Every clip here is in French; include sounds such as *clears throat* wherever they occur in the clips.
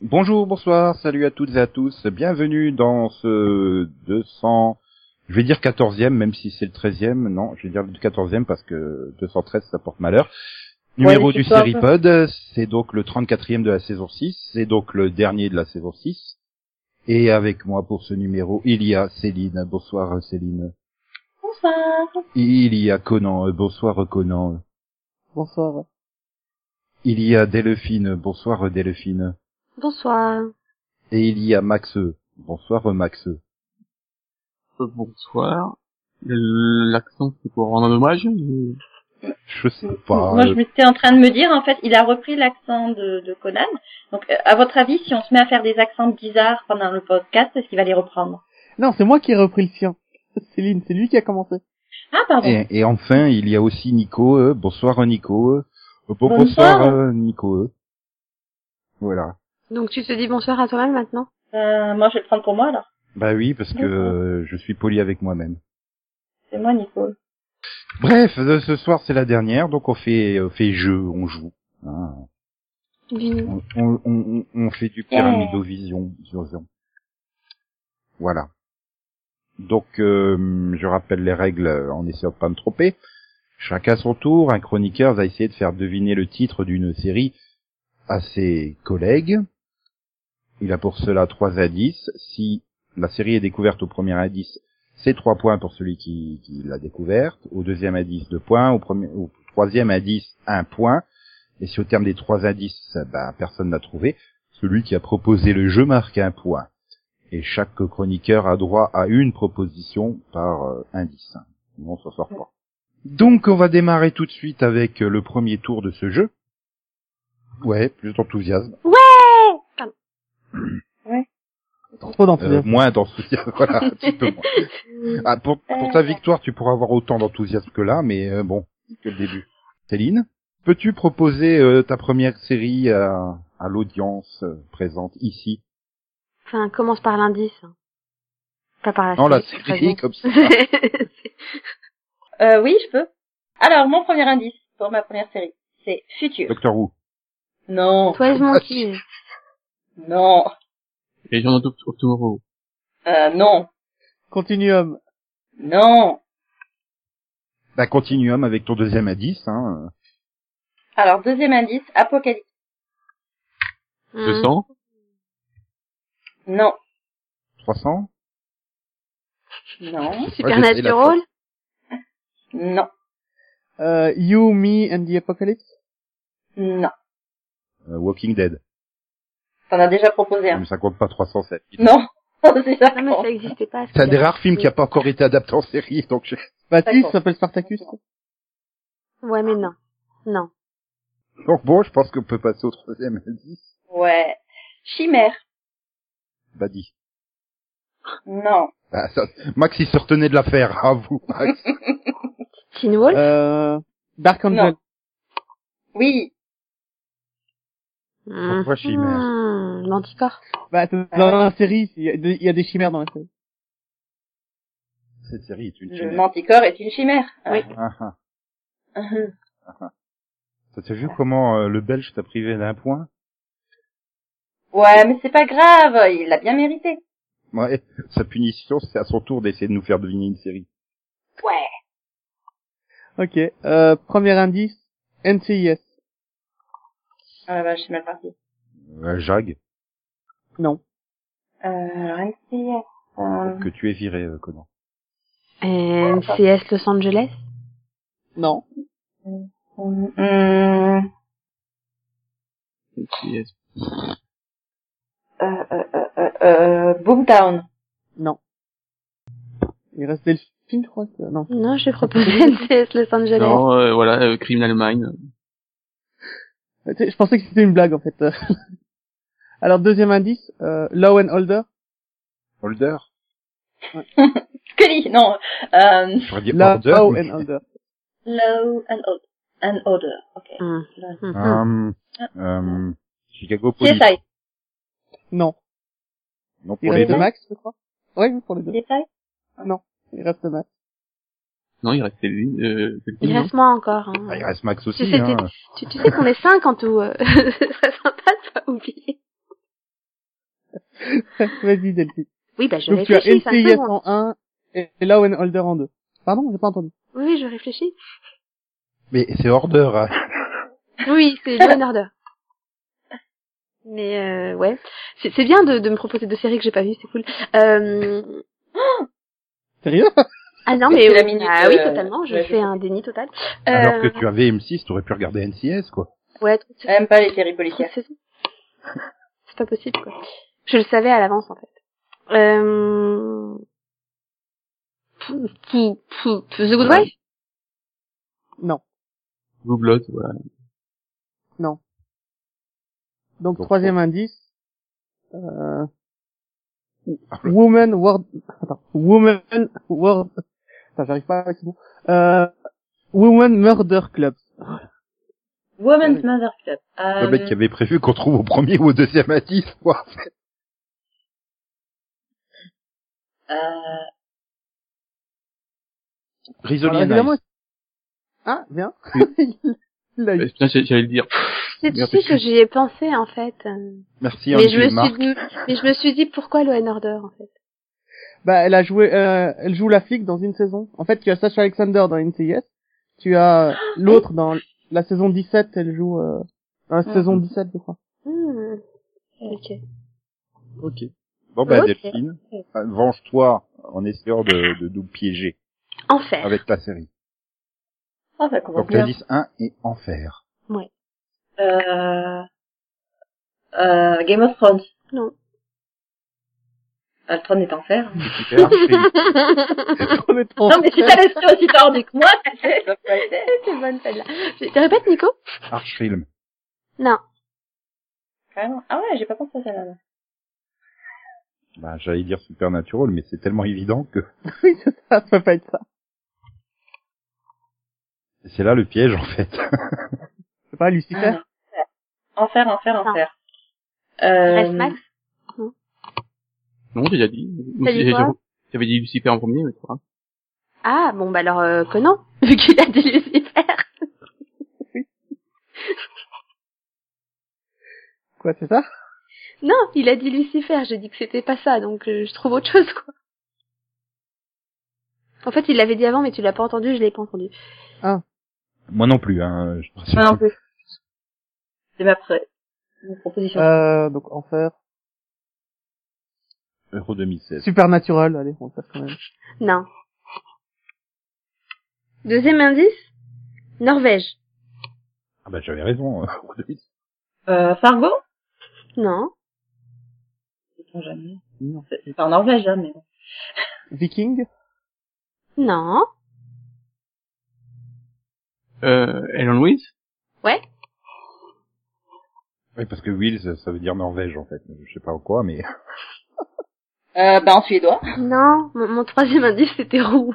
Bonjour, bonsoir, salut à toutes et à tous. Bienvenue dans ce 200, je vais dire 14e, même si c'est le 13e. Non, je vais dire le 14e parce que 213, ça porte malheur. Numéro Ouais, c'est du ça. Seripod, c'est donc le 34e de la saison 6, c'est donc le dernier de la saison 6. Et avec moi pour ce numéro, il y a Céline. Bonsoir Céline. Bonsoir. Il y a Conan. Bonsoir Conan. Bonsoir. Il y a Delphine. Bonsoir Delphine. Bonsoir. Et il y a Maxe. Bonsoir Maxe. Euh, bonsoir. Euh, L'accent, c'est pour rendre un hommage euh, mais- Je sais pas. Moi, je m'étais en train de me dire, en fait, il a repris l'accent de, de Conan. Donc, euh, à votre avis, si on se met à faire des accents bizarres pendant le podcast, est-ce qu'il va les reprendre Non, c'est moi qui ai repris le sien. *laughs* Céline, c'est lui qui a commencé. Ah, pardon. Et, et enfin, il y a aussi Nico. euh, bonsoir Nico. euh, bon- Bonsoir. bonsoir euh, Nico. euh. Voilà. Donc tu te dis bonsoir à toi-même maintenant Euh, moi, je vais le prendre pour moi, alors. Bah oui, parce que D'accord. euh, je suis poli avec moi-même. C'est moi, Nico. Bref, euh, ce soir c'est la dernière, donc on fait, euh, on fait jeu, on joue. hein. Bingo. On, on- on- on fait du Yeah. pyramidovision. vision. Voilà. Donc, euh, je rappelle les règles euh, en essayant de pas me tromper. Chacun son tour, un chroniqueur va essayer de faire deviner le titre d'une série à ses collègues. Il a pour cela trois indices. Si la série est découverte au premier indice, c'est trois points pour celui qui, qui l'a découverte. Au deuxième indice, deux points. Au, premier, au troisième indice, un point. Et si au terme des trois indices, ben, personne n'a trouvé, celui qui a proposé le jeu marque un point. Et chaque chroniqueur a droit à une proposition par euh, indice. Sinon, ça sort pas. Donc, on va démarrer tout de suite avec euh, le premier tour de ce jeu. Ouais, plus d'enthousiasme. Trop Euh, d'enthousiasme. moins d'enthousiasme, *laughs* voilà, un petit peu moins. Ah, pour, pour ta victoire, tu pourras avoir autant d'enthousiasme que là, mais euh, bon, que le début. Céline, peux-tu proposer euh, ta première série à, à l'audience euh, présente ici Enfin, commence par l'indice. hein. Pas par la Non, la série, série, *laughs* comme ça. raison. Euh, oui, je peux. Alors, mon premier indice pour ma première série, c'est Futur. Docteur Who. Non, Twelve Monkeys. non, Les gens de of Tomorrow. euh, non, Continuum. non. Bah, continuum avec ton deuxième indice, hein. Alors, deuxième indice, Apocalypse. Hmm. 200. Non, 300. non, Supernatural. non, Euh, you, Me and the Apocalypse. non. Euh, Walking Dead. T'en as déjà proposé un. Mais ça compte pas 307. Non, *laughs* c'est ça. Non, Ah, mais ça existait pas. C'est un des celui-là. rares films qui a pas encore été adapté en série, donc je- Baptiste D'accord. Bah, ça s'appelle Spartacus. Ouais, mais non. Non. donc bon, je pense qu'on peut passer au troisième indice. Ouais. Chimère. Bah dit. Non. Ah, ça... Max, il se retenait de l'affaire. À vous, Max. Teen Wolf. Euh, Dark Angel. Oui. Hmm. Pourquoi chimère hein. Hmm, Manticore. Bah, t'es dans la série, il y, a des- il y a des chimères dans la série. Cette série est une Le chimère. manticore est une chimère. Oui. Ah, ah. *laughs* Ça t'a vu comment euh, le Belge t'a privé d'un point ouais, mais c'est pas grave, il l'a bien mérité. Ouais, sa punition, c'est à son tour d'essayer de nous faire deviner une série. Ouais. Ok. Euh, premier indice, NCIS. Ah la vache, je suis mal partie. Euh, Jag, Non. Euh, alors, NCIS, euh, que tu es viré, euh, Conan. Euh, NCS Los Angeles. Non. hum, hum, Et puis, euh, euh, euh, euh, euh, euh, Boomtown. Non. Il reste Delphine, je crois. que- Non. Non, *laughs* j'ai proposé NCS Los Angeles. Non, euh, voilà, euh, Criminal Mind. Euh, tu sais, Je pensais que c'était une blague, en fait. *laughs* Alors, deuxième indice, euh, Law and Holder. Holder Scully, non. Euh, J'aurais dit Là, order. Law mais- and Order. low and order. And order, ok. Hmm. Hmm. Hum, hum, Chicago Police. CSI. Non. Non, Il pour les reste deux. Max, je crois. Ouais, oui, pour les deux. CSI? Il reste Max. *laughs* Non, il restait lui, euh, c'est Il non reste moi encore. hein. Ah, il reste Max aussi. C'était- Hein. Tu, tu sais qu'on est cinq en tout. euh, *laughs* Ce serait sympa de pas oublier. Vas-y, Delphine. Oui, bah je Donc tu as réfléchis. cinq NCIS secondes. en 1 et Law and Order en 2. Pardon, j'ai pas entendu. Oui, oui, je réfléchis. Mais c'est order. hein. Oui, c'est Law and Order. Mais euh, ouais, c'est c'est bien de, de me proposer deux séries que j'ai pas vues, c'est cool. Euh, Sérieux Ah non, C'est mais la oui. minute, ah oui, euh, totalement. Je ouais, fais un déni total. Euh, Alors que tu avais M6, t'aurais pu regarder NCS, quoi. ouais, trop de saisons, J'aime pas les séries trop de policières. saisons. C'est pas possible quoi. Je le savais à l'avance en fait. Euh... pou- pou- pou- The Good Wife. Goublotte, voilà. Donc, Donc, troisième indice. Euh... Ah. Woman World... Attends. Woman World... Attends, j'arrive pas avec ce mot. Euh... Woman Murder Club. Women's Mother Club. Euh, Le mec qui avait prévu qu'on trouve au premier ou au deuxième indice, quoi. euh, Risoli Alors, and évidemment, Ice. Ah, bien. Oui. *laughs* Il l'a eu. Euh, putain, j'ai- j'allais le dire. C'est Merde, dessus c'est que j'y ai pensé en fait. Euh, Merci, Mais je, Angie me et Marc. suis dit, mais je me suis dit pourquoi Law and Order en fait. Bah, elle a joué, euh, elle joue la flic dans une saison. En fait, tu as Sacha Alexander dans NCIS. Tu as euh, l'autre dans la saison 17, elle joue, euh, dans la Ah. Mhm. saison 17, je crois. Hmm. Ok. Ok. Bon, bah, Ok. Delphine, euh, venge-toi en essayant de, de nous piéger Enfer. avec ta série. Oh, ça commence Donc, bien. l'indice 1 est enfer. Euh... Euh, Game of Thrones. Non. Ah, le trône est en fer. *laughs* Super, c'est- On est trop- Non, mais si t'avais été aussi tordu que moi, *laughs* t'as fait, ça peut être. C'est bonne celle-là. Tu tu répètes Nico Arch Film. Non. Vraiment. Ah ouais, j'ai pas pensé à ça, là. Bah, j'allais dire Supernatural, mais c'est tellement évident que Oui, c'est *laughs* ça, ça peut pas être ça. c'est là le piège, en fait. *laughs* C'est pas Lucifer. Ah. Enfer, enfer, Non. enfer. Il Euh... Reste Max. Non, j'ai déjà dit. T'as dit J'ai- quoi J'avais dit Lucifer en premier, mais c'est pas grave. Ah bon bah alors euh, Conan vu *laughs* qu'il a dit Lucifer. Quoi, c'est ça? Non, il a dit Lucifer, j'ai dit que c'était pas ça, donc euh, je trouve autre chose, quoi. En fait, il l'avait dit avant, mais tu l'as pas entendu, je l'ai pas entendu. Moi non plus, hein. Je pense Moi non plus. C'est ma pré... ma proposition. Euh, donc, enfer. Euro 2016. Supernatural, allez, on le passe quand même. Non. Deuxième indice Norvège. Ah bah, j'avais raison. euh, *laughs* Euro 2016. Euh, Fargo? Non. Sait-on jamais. Non, c'est c'est pas en Norvège, hein, mais bon. Viking? Non. Euh, Ellen Louise? Oui, parce que Will, ça, ça veut dire Norvège, en fait. Je sais pas en quoi, mais... *laughs* Euh, bah, en suédois. Non. Mon, mon troisième indice, c'était roux.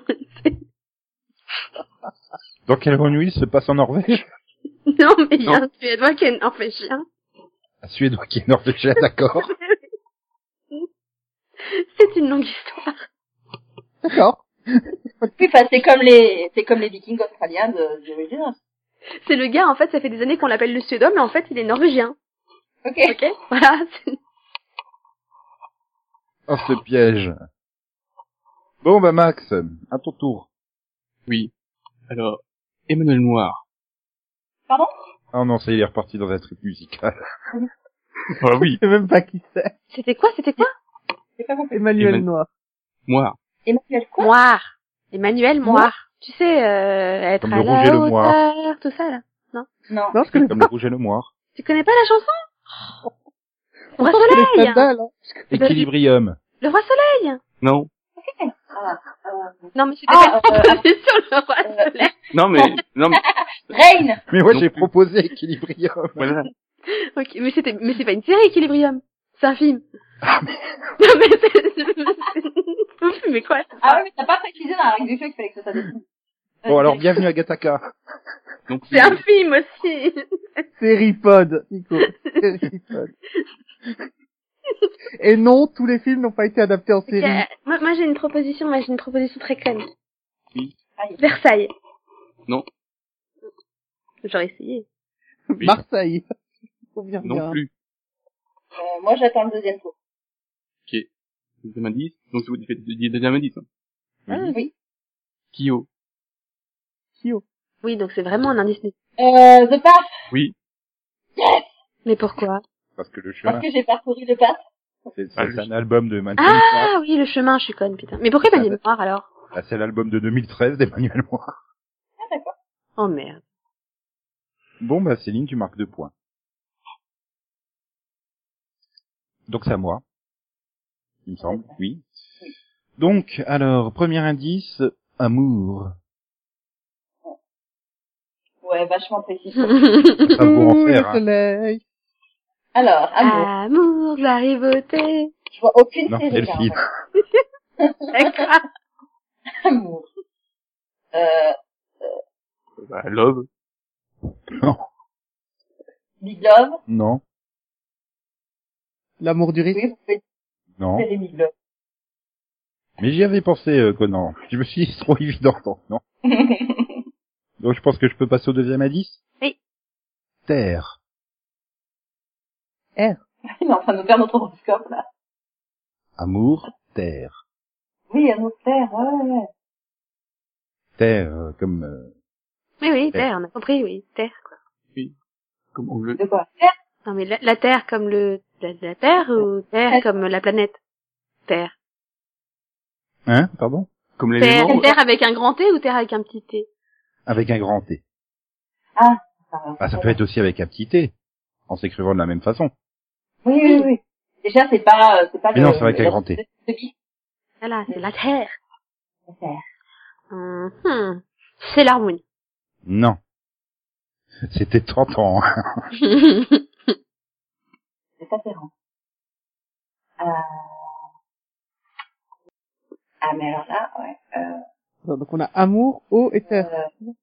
Donc, Elrond Will se passe en Norvège *laughs* *laughs* non, mais il y a Non. un Suédois qui est norvégien. Un Suédois qui est norvégien, *laughs* d'accord. C'est une longue histoire. D'accord. Oui, enfin, c'est comme les, c'est comme les vikings australiens de, de du Nord. C'est le gars, en fait, ça fait des années qu'on l'appelle le Suédois, mais en fait, il est norvégien. Ok. Ok *laughs* Voilà. c'est- Oh, ce piège. Bon, bah, Max, à ton tour. Oui. Alors, Emmanuel Noir. Pardon? Ah non, ça y est, il est reparti dans un truc musical. *laughs* Ah oui. Je sais même pas qui c'est. C'était quoi C'était quoi J'ai pas compris. Emmanuel Emman- Noir. Noir. Emmanuel quoi? Moire. Emmanuel Moire. Tu sais, euh, être Comme à le rouge la et le hauteur, moire. tout ça, là. Non. Non, je C'est connais comme le rouge et le *laughs* noir. Tu connais pas la chanson Oh. Le Roi connais Soleil Stendhal, hein. Bah, Equilibrium. Le Roi Soleil Non. Non, mais c'était Ah, pas *laughs* euh, proposé sur le Roi euh, Soleil. Non, *laughs* mais, non, mais, Rain! Mais moi, Non j'ai plus. proposé Equilibrium. voilà. euh, Ok, mais c'était, *laughs* mais c'est pas une série, Equilibrium. C'est un film. Ah, Non, mais c'est... Ouf, mais quoi Ah ouais, mais t'as pas précisé dans la règle du jeu qu'il fallait que ça soit Euh, dessine. Bon, alors, bienvenue à Gataka. Donc, C'est un film aussi Seripod, *laughs* Nico. Seripod. Et non, tous les films n'ont pas été adaptés en série. Ok, Moi, moi j'ai une proposition, moi j'ai une proposition très conne. Oui. Aïe. Versailles. Non. J'aurais essayé. oui. Marseille. Faut bien non bien. plus. Euh, moi, j'attends le deuxième tour. Deuxième indice. Donc, c'est vous qui faites le deuxième indice. Hein. Ah, Mhm. Oui. Kyo. Kyo. Oui, donc c'est vraiment un indice. né- Euh, The Path, Oui. Mais pourquoi Parce que le chemin, parce que j'ai parcouru le Path. c'est Ah, c'est juste. un album de Manuel Moir. Ah oui, le chemin, je suis conne, putain. Mais pourquoi Ah, Manuel bah. Noir alors Ah, c'est l'album de 2013 d'Emmanuel Moir. Ah, Oh merde. *laughs* Bon, bah, Céline, tu marques deux points. Donc, c'est à moi. Il me semble, oui. Donc, alors, premier indice, amour. Ouais, vachement précis. Ça vous en Ouh, faire, le hein. soleil. Alors, Ah. amour. Ah, Amour, de la rivauté. Je vois aucune Non, série. hein. là, en Delphine. fait. D'accord. *laughs* Amour. Euh, Bah, love. Non, Big Love. non, L'amour du risque. Oui, vous pouvez non. série Big Love. *laughs* Mais j'y avais pensé, euh, Conan. Je me suis dit, c'est trop évident, non, non. Donc je pense que je peux passer au deuxième indice Oui. Terre. Il est en train de faire notre horoscope, là. Amour, terre. Oui, un autre terre, ouais, ouais. Terre, euh, comme... euh, Oui, oui, Terre. terre, on a compris, oui, terre, quoi. Comme on veut. De quoi Terre Non, mais la, la terre comme le, la, la terre ou terre Terre. comme la planète? Terre. Hein, pardon Comme Terre, l'élément. terre avec un grand T ou terre avec un petit T? Avec un grand T. Enfin, Ah, ça peut être aussi avec un petit T, en s'écrivant de la même façon. Oui, oui, oui. Déjà, c'est pas, euh, c'est pas Mais non, c'est avec un grand T. le- le- Voilà, c'est la terre. le- terre. Hum, hum. C'est l'harmonie. *laughs* Non. C'était 30 ans. hein. C'est afférent. Euh... Ah, mais alors là, ouais. Euh... Non, Donc on a amour, eau et terre. euh, Non,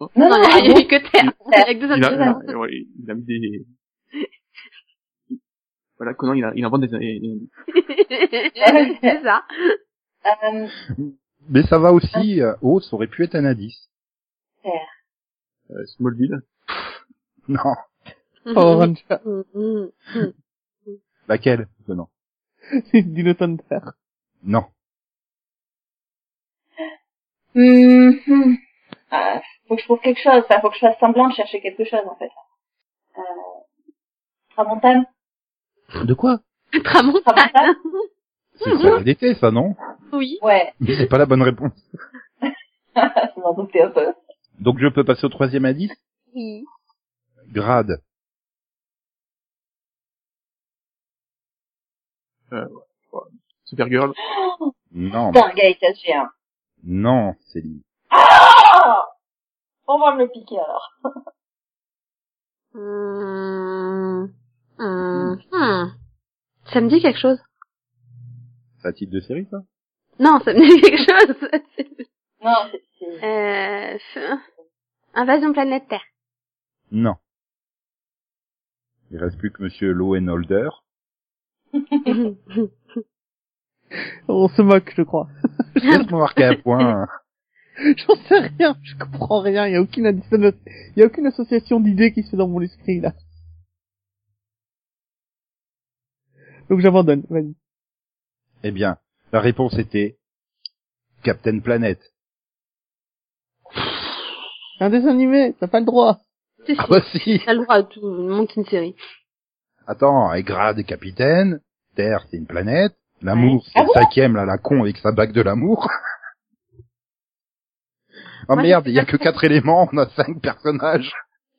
Non, Non, non, il y a amour, eu que terre. Il y a que deux il, autres a, choses. il a- ouais, il a mis des... *laughs* Voilà, Conan, il, a, il invente des... des- *laughs* C'est ça. euh, Mais ça va aussi, euh, oh, ça aurait pu être un indice. euh, Smallville. Non. Mhm. Power *laughs* Ranger. Hum, hum. Laquelle Conan Dino Thunder. Non. hum, hum. Ah, faut que je trouve quelque chose, enfin, faut que je fasse semblant de chercher quelque chose, en fait. Euh... Tramontane De quoi Ah Tramontane C'est une soirée d'été, ça, non Oui. Ouais, *laughs* Mais c'est pas la bonne réponse. je m'en doutais un peu. Donc je peux passer au troisième indice Oui. Grade. Supergirl. Non, Putain, Gaëtan, j'ai un. non, Céline. Ah On va me le piquer, alors. Hum, hum, hum. Ça me dit quelque chose. C'est un titre de série, ça Non, ça me dit quelque *laughs* chose. Non, c'est... c'est- Euh, f- Invasion planète *laughs* Terre. Non. Il reste plus que Monsieur Lowenholder. Ah, On se moque, je crois. Laisse-moi marquer un point. hein. *laughs* J'en sais rien, je comprends rien, il y a aucune addition- il y a aucune association d'idées qui se fait dans mon esprit là. Donc j'abandonne, vas-y. Eh bien, la réponse était Captain Planet. Un dessin animé, t'as pas le droit. Si, si. Ah bah si T'as le droit à tout, monte une série. Attends, et Grade est capitaine, Terre c'est une planète, l'amour c'est Ah le cinquième, là, la con avec sa bague de l'amour. *laughs* Oh Moi, merde, je- il y a que quatre éléments, on a cinq personnages.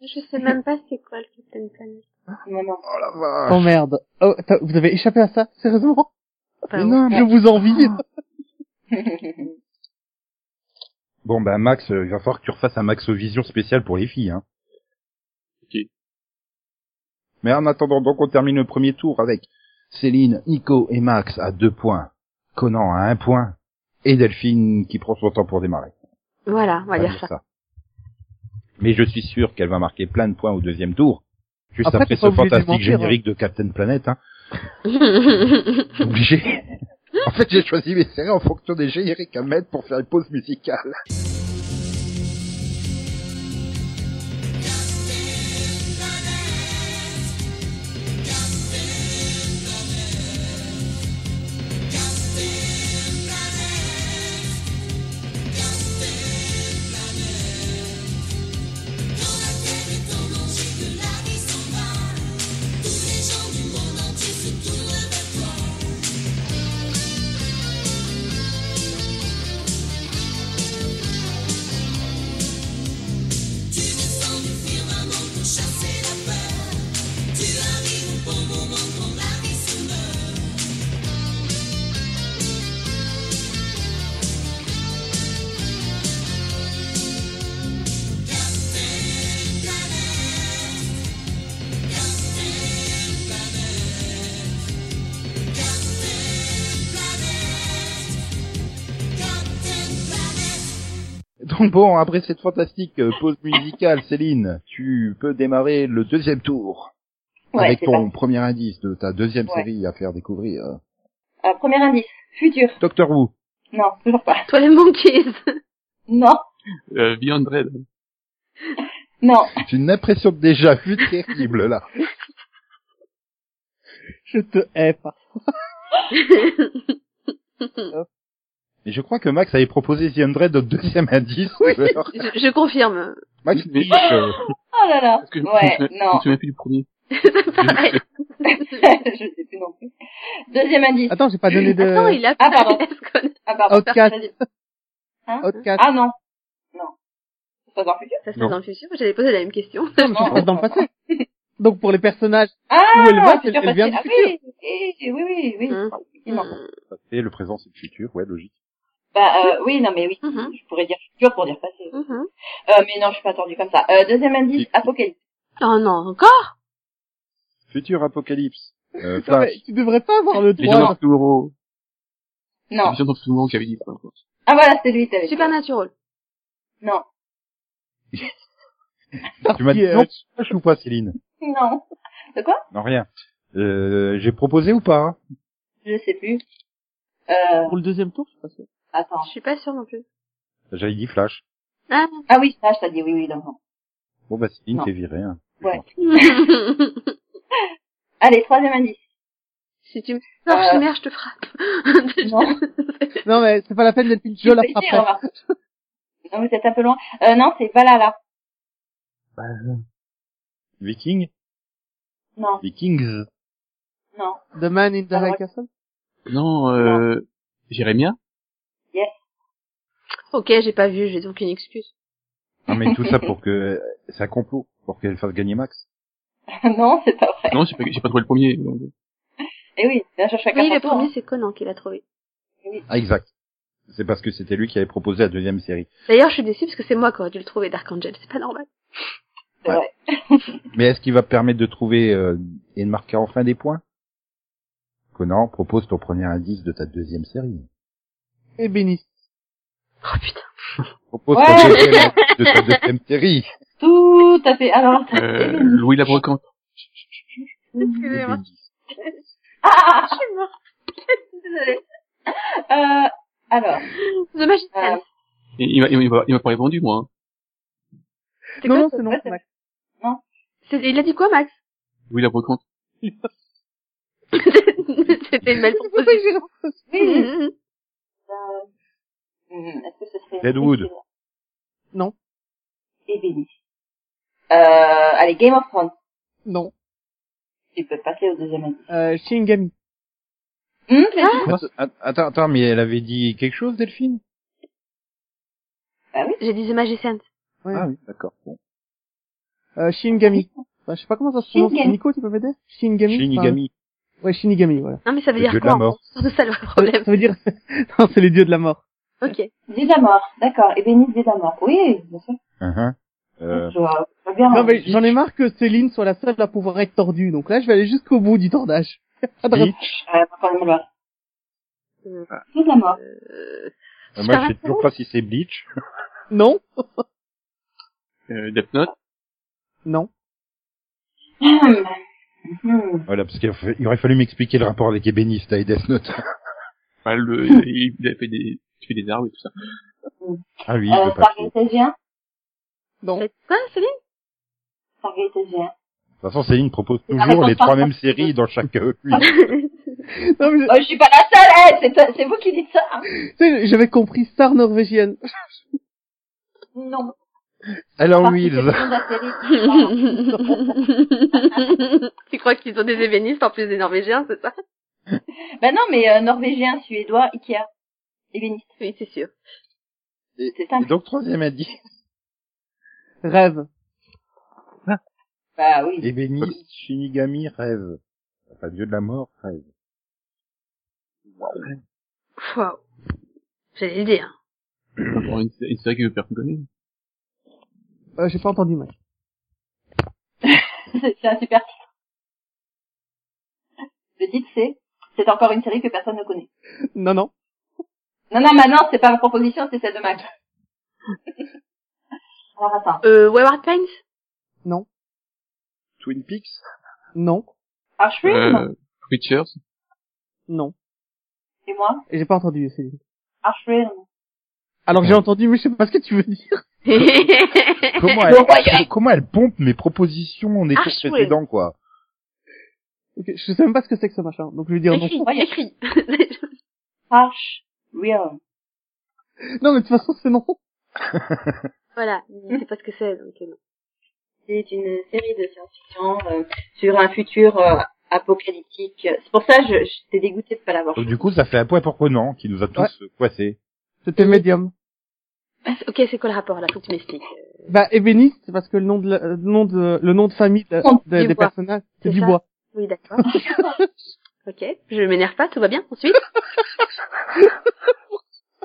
Je sais même pas c'est quoi le Captain Planet. Non, non. Oh la vache. Oh merde. Oh, t'as- vous avez échappé à ça, sérieusement Enfin, Mais non, Je vous envie. Bon bah Max, euh, il va falloir que tu refasses un Max Vision spécial pour les filles. Hein. Ok. Mais en attendant, donc on termine le premier tour avec Céline, Nico et Max à deux points. Conan à un point et Delphine qui prend son temps pour démarrer. Voilà, on va Pas dire dire ça. Mais je suis sûr qu'elle va marquer plein de points au deuxième tour. Juste Après, après, ce t'es pas obligé de fantastique mentir, hein. générique de Captain Planet, hein. *laughs* Obligé. en fait, j'ai choisi mes séries en fonction des génériques à mettre pour faire une pause musicale. Donc bon, après cette fantastique euh, pause musicale, Céline, tu peux démarrer le deuxième tour. *laughs* Ouais, avec c'est ton premier indice de ta deuxième Ouais. série à faire découvrir. pas- Euh, premier indice. Futur. Doctor Who. Non, toujours pas. *laughs* Toi les monkeys. Non. Euh, Beyond Dread. Non. J'ai une impression de déjà vu terrible, là. Je te hais pas. Mais je crois que Max avait proposé The Undead de deuxième indice. *laughs* alors. je, je confirme. Ah, Max Mais- dit que- Oh là là. Parce que je me ouais, souviens- je me *laughs* non. souviens plus du premier. Pareil. je sais plus non plus. Deuxième indice. Attends, j'ai pas donné de... Attends, il a Ah, pardon. Ah, pardon. Outcast. Vas-y. Outcast. Ah non. Non. C'est pas dans le futur. Ça se Non. passe dans le futur. J'avais posé la même question. Ah. Ça se passe dans le passé. Donc pour les personnages, Ah, Où elle va, c'est elle- sûr, elle parce vient que- du Mmh. ah, oui, oui, oui, oui, oui, Hum. effectivement. Et le présent, c'est le futur, ouais, logique. Bah, euh, oui, non, mais oui, Mmh. Mhm. je pourrais dire futur pour dire passé. Mhm. Euh, mais non, je suis pas attendue comme ça. Euh, deuxième indice, Oui. Mmh. apocalypse. Oh non, encore Futur apocalypse. Euh, *laughs* Non, Flash. mais tu devrais pas avoir le Vision droit. of Tomorrow. Non. Vision of Tomorrow que j'avais dit. quoi. Ah voilà, c'est lui, t'avais dit. Supernatural. Non. Tu m'as dit Qui, euh, non, Flash ou pas, Céline? Non. Non, rien. Euh, j'ai proposé ou pas? hein Je sais plus. Euh, Pour le deuxième tour, je suis pas sûr. attends. Je suis pas *laughs* sûre non plus. J'avais dit Flash. Ah. Ah oui, ça, je t'ai dit oui, oui, non, non. Bon, bah, Céline, Non. t'es virée, hein. Ouais. Allez, troisième *laughs* indice. si tu me sors Euh. chez mère, je te frappe. *laughs* *laughs* Non. Non, mais c'est pas la peine d'être une je la Plaisir, frappe. remarque. Non, vous êtes un peu loin. Euh, non, c'est Valhalla. Viking? Non, Vikings? non. *laughs* The Man in the Ah, High ouais. Castle. Non, euh, Jérémia. ok, j'ai pas vu, j'ai donc une excuse. Non, mais tout ça pour que, c'est un complot, pour qu'elle fasse gagner Max. non, c'est pas vrai. Non, j'ai pas, j'ai pas trouvé le premier. donc. Eh oui, là, je chacun Oui, son le tour, premier, hein. c'est Conan qui l'a trouvé. Ah, exact. C'est parce que c'était lui qui avait proposé la deuxième série. D'ailleurs, je suis déçue parce que c'est moi qui aurais dû le trouver, Dark Angel. C'est pas normal. C'est vrai. Mais est-ce qu'il va permettre de trouver euh, et de marquer enfin des points Conan, propose ton premier indice de ta deuxième série. Et Bénis. Oh putain. Propose Ouais. ton deuxième indice de ta *laughs* deuxième série. Tout à fait. Alors, Euh, Louis Labrocante. Mmh. Excusez-moi, ah, je suis morte. désolée. Euh, alors, The Magic Man. euh, Il, il m'a- il m'a il m'a pas répondu, moi. hein. C'est Non, quoi non, ça c'est non, Ouais, c'est- Max. C'est- Il a dit quoi, Max Louis Labrocante. *laughs* C'était une belle proposition. oui, Mhm. euh, hmm, est-ce que ce serait... Deadwood. Non. Et Béni. Euh, allez, Game of Thrones. Non. Tu peux passer au deuxième indice. Euh, Shingami. Hum, c'est Ah, tout. Att- Attends, attends, mais elle avait dit quelque chose, Delphine J'ai dit The Magician. Ouais. Ah oui, d'accord. Bon. Euh, Shingami. Bah, je sais pas comment ça se prononce. Shingami. Nico, tu peux m'aider Shingami. Shinigami. enfin, ouais, Shinigami, voilà. Non, mais ça veut Le dire dieu de quoi la en mort. fait C'est ça le problème. Ça veut dire, *laughs* non, c'est les dieux de la mort. Ok. Dieu de la mort, d'accord. Et Béni, Dieu de la mort. Oui, bien sûr. Uh-huh. Euh, Je vois Oh, je vois bien. euh, Non, mais j'en ai marre que Céline soit la seule à pouvoir *laughs* Ah, être tordue. Donc là, je vais aller jusqu'au bout du tordage. Pas de Bleach, Euh, pas de mal. euh, C'est de la mort. euh, Euh, Super moi, je sais toujours pas si c'est Bleach. Non, Euh, Death Note. non. *laughs* Hum. Hum. Voilà, parce qu'il fa- il aurait fallu m'expliquer le rapport avec Ébéniste et Death Note. Bah, le, il il a fait des, il fait des arbres et tout ça. Ah oui, je Euh, veux pas. De Sargassésien Non. c'est quoi, *laughs* Céline Sargassésien. toute façon, Céline propose Ah, mais toujours les pourtant, trois mêmes séries dans chaque euh, quiz. Non, mais je- Oh, je suis pas la seule, hein, c'est pas- c'est vous qui dites ça. hein. tu sais, j'avais compris star norvégienne. Non. Alors, Parce que Wills. c'est une la série. Pardon. tu crois qu'ils sont des ébénistes en plus des Norvégiens, c'est ça *laughs* Ben non, mais euh, norvégien, suédois, Ikea, ébéniste. Oui, c'est sûr. C'est simple. Et donc, troisième a dit Rêve. Bah oui. Ébéniste, Shinigami, rêve. Enfin, dieu de la mort, rêve. Waouh. J'allais le dire. Genre une, une série que personne connaît. Euh, j'ai pas entendu, mec. *laughs* C'est c'est un super titre. Le titre c'est C'est encore une série que personne ne connaît. Non, non. Non, non, maintenant, c'est pas ma proposition, c'est celle de Mac. *laughs* Alors attends. Euh, Wayward *laughs* Pines Twin Peaks Non. Archwim Euh, Preachers. Non. Et moi Et j'ai pas entendu, Céline. Archwim. Alors que j'ai entendu, mais je sais pas ce que tu veux dire. comment Le elle, royaume. comment elle pompe mes propositions en étant Ah, chouette. précédent, quoi. Ok, je sais même pas ce que c'est que ce machin, donc je vais dire non. Écris, voyage. écris. Archwim. Non, mais de toute façon, c'est non. *laughs* voilà, je sais pas ce que c'est, donc euh, non. C'est une série de science-fiction euh, sur un futur euh, apocalyptique. C'est pour ça que je- j'étais dégoûtée de pas l'avoir. Donc, du coup, ça fait un point pour Conan, qui nous a tous Ouais. euh, coincés. C'était médium. Ah, c'est- Ok, c'est quoi le rapport là Faut que tu m'expliques. Bah, ébéniste, c'est parce que le nom de, la- euh, le nom de, le nom de famille de- Oh, de- des Dubois. personnages, c'est C'est ça. Dubois. Oui, d'accord. *laughs* ok, je m'énerve pas, tout va bien ensuite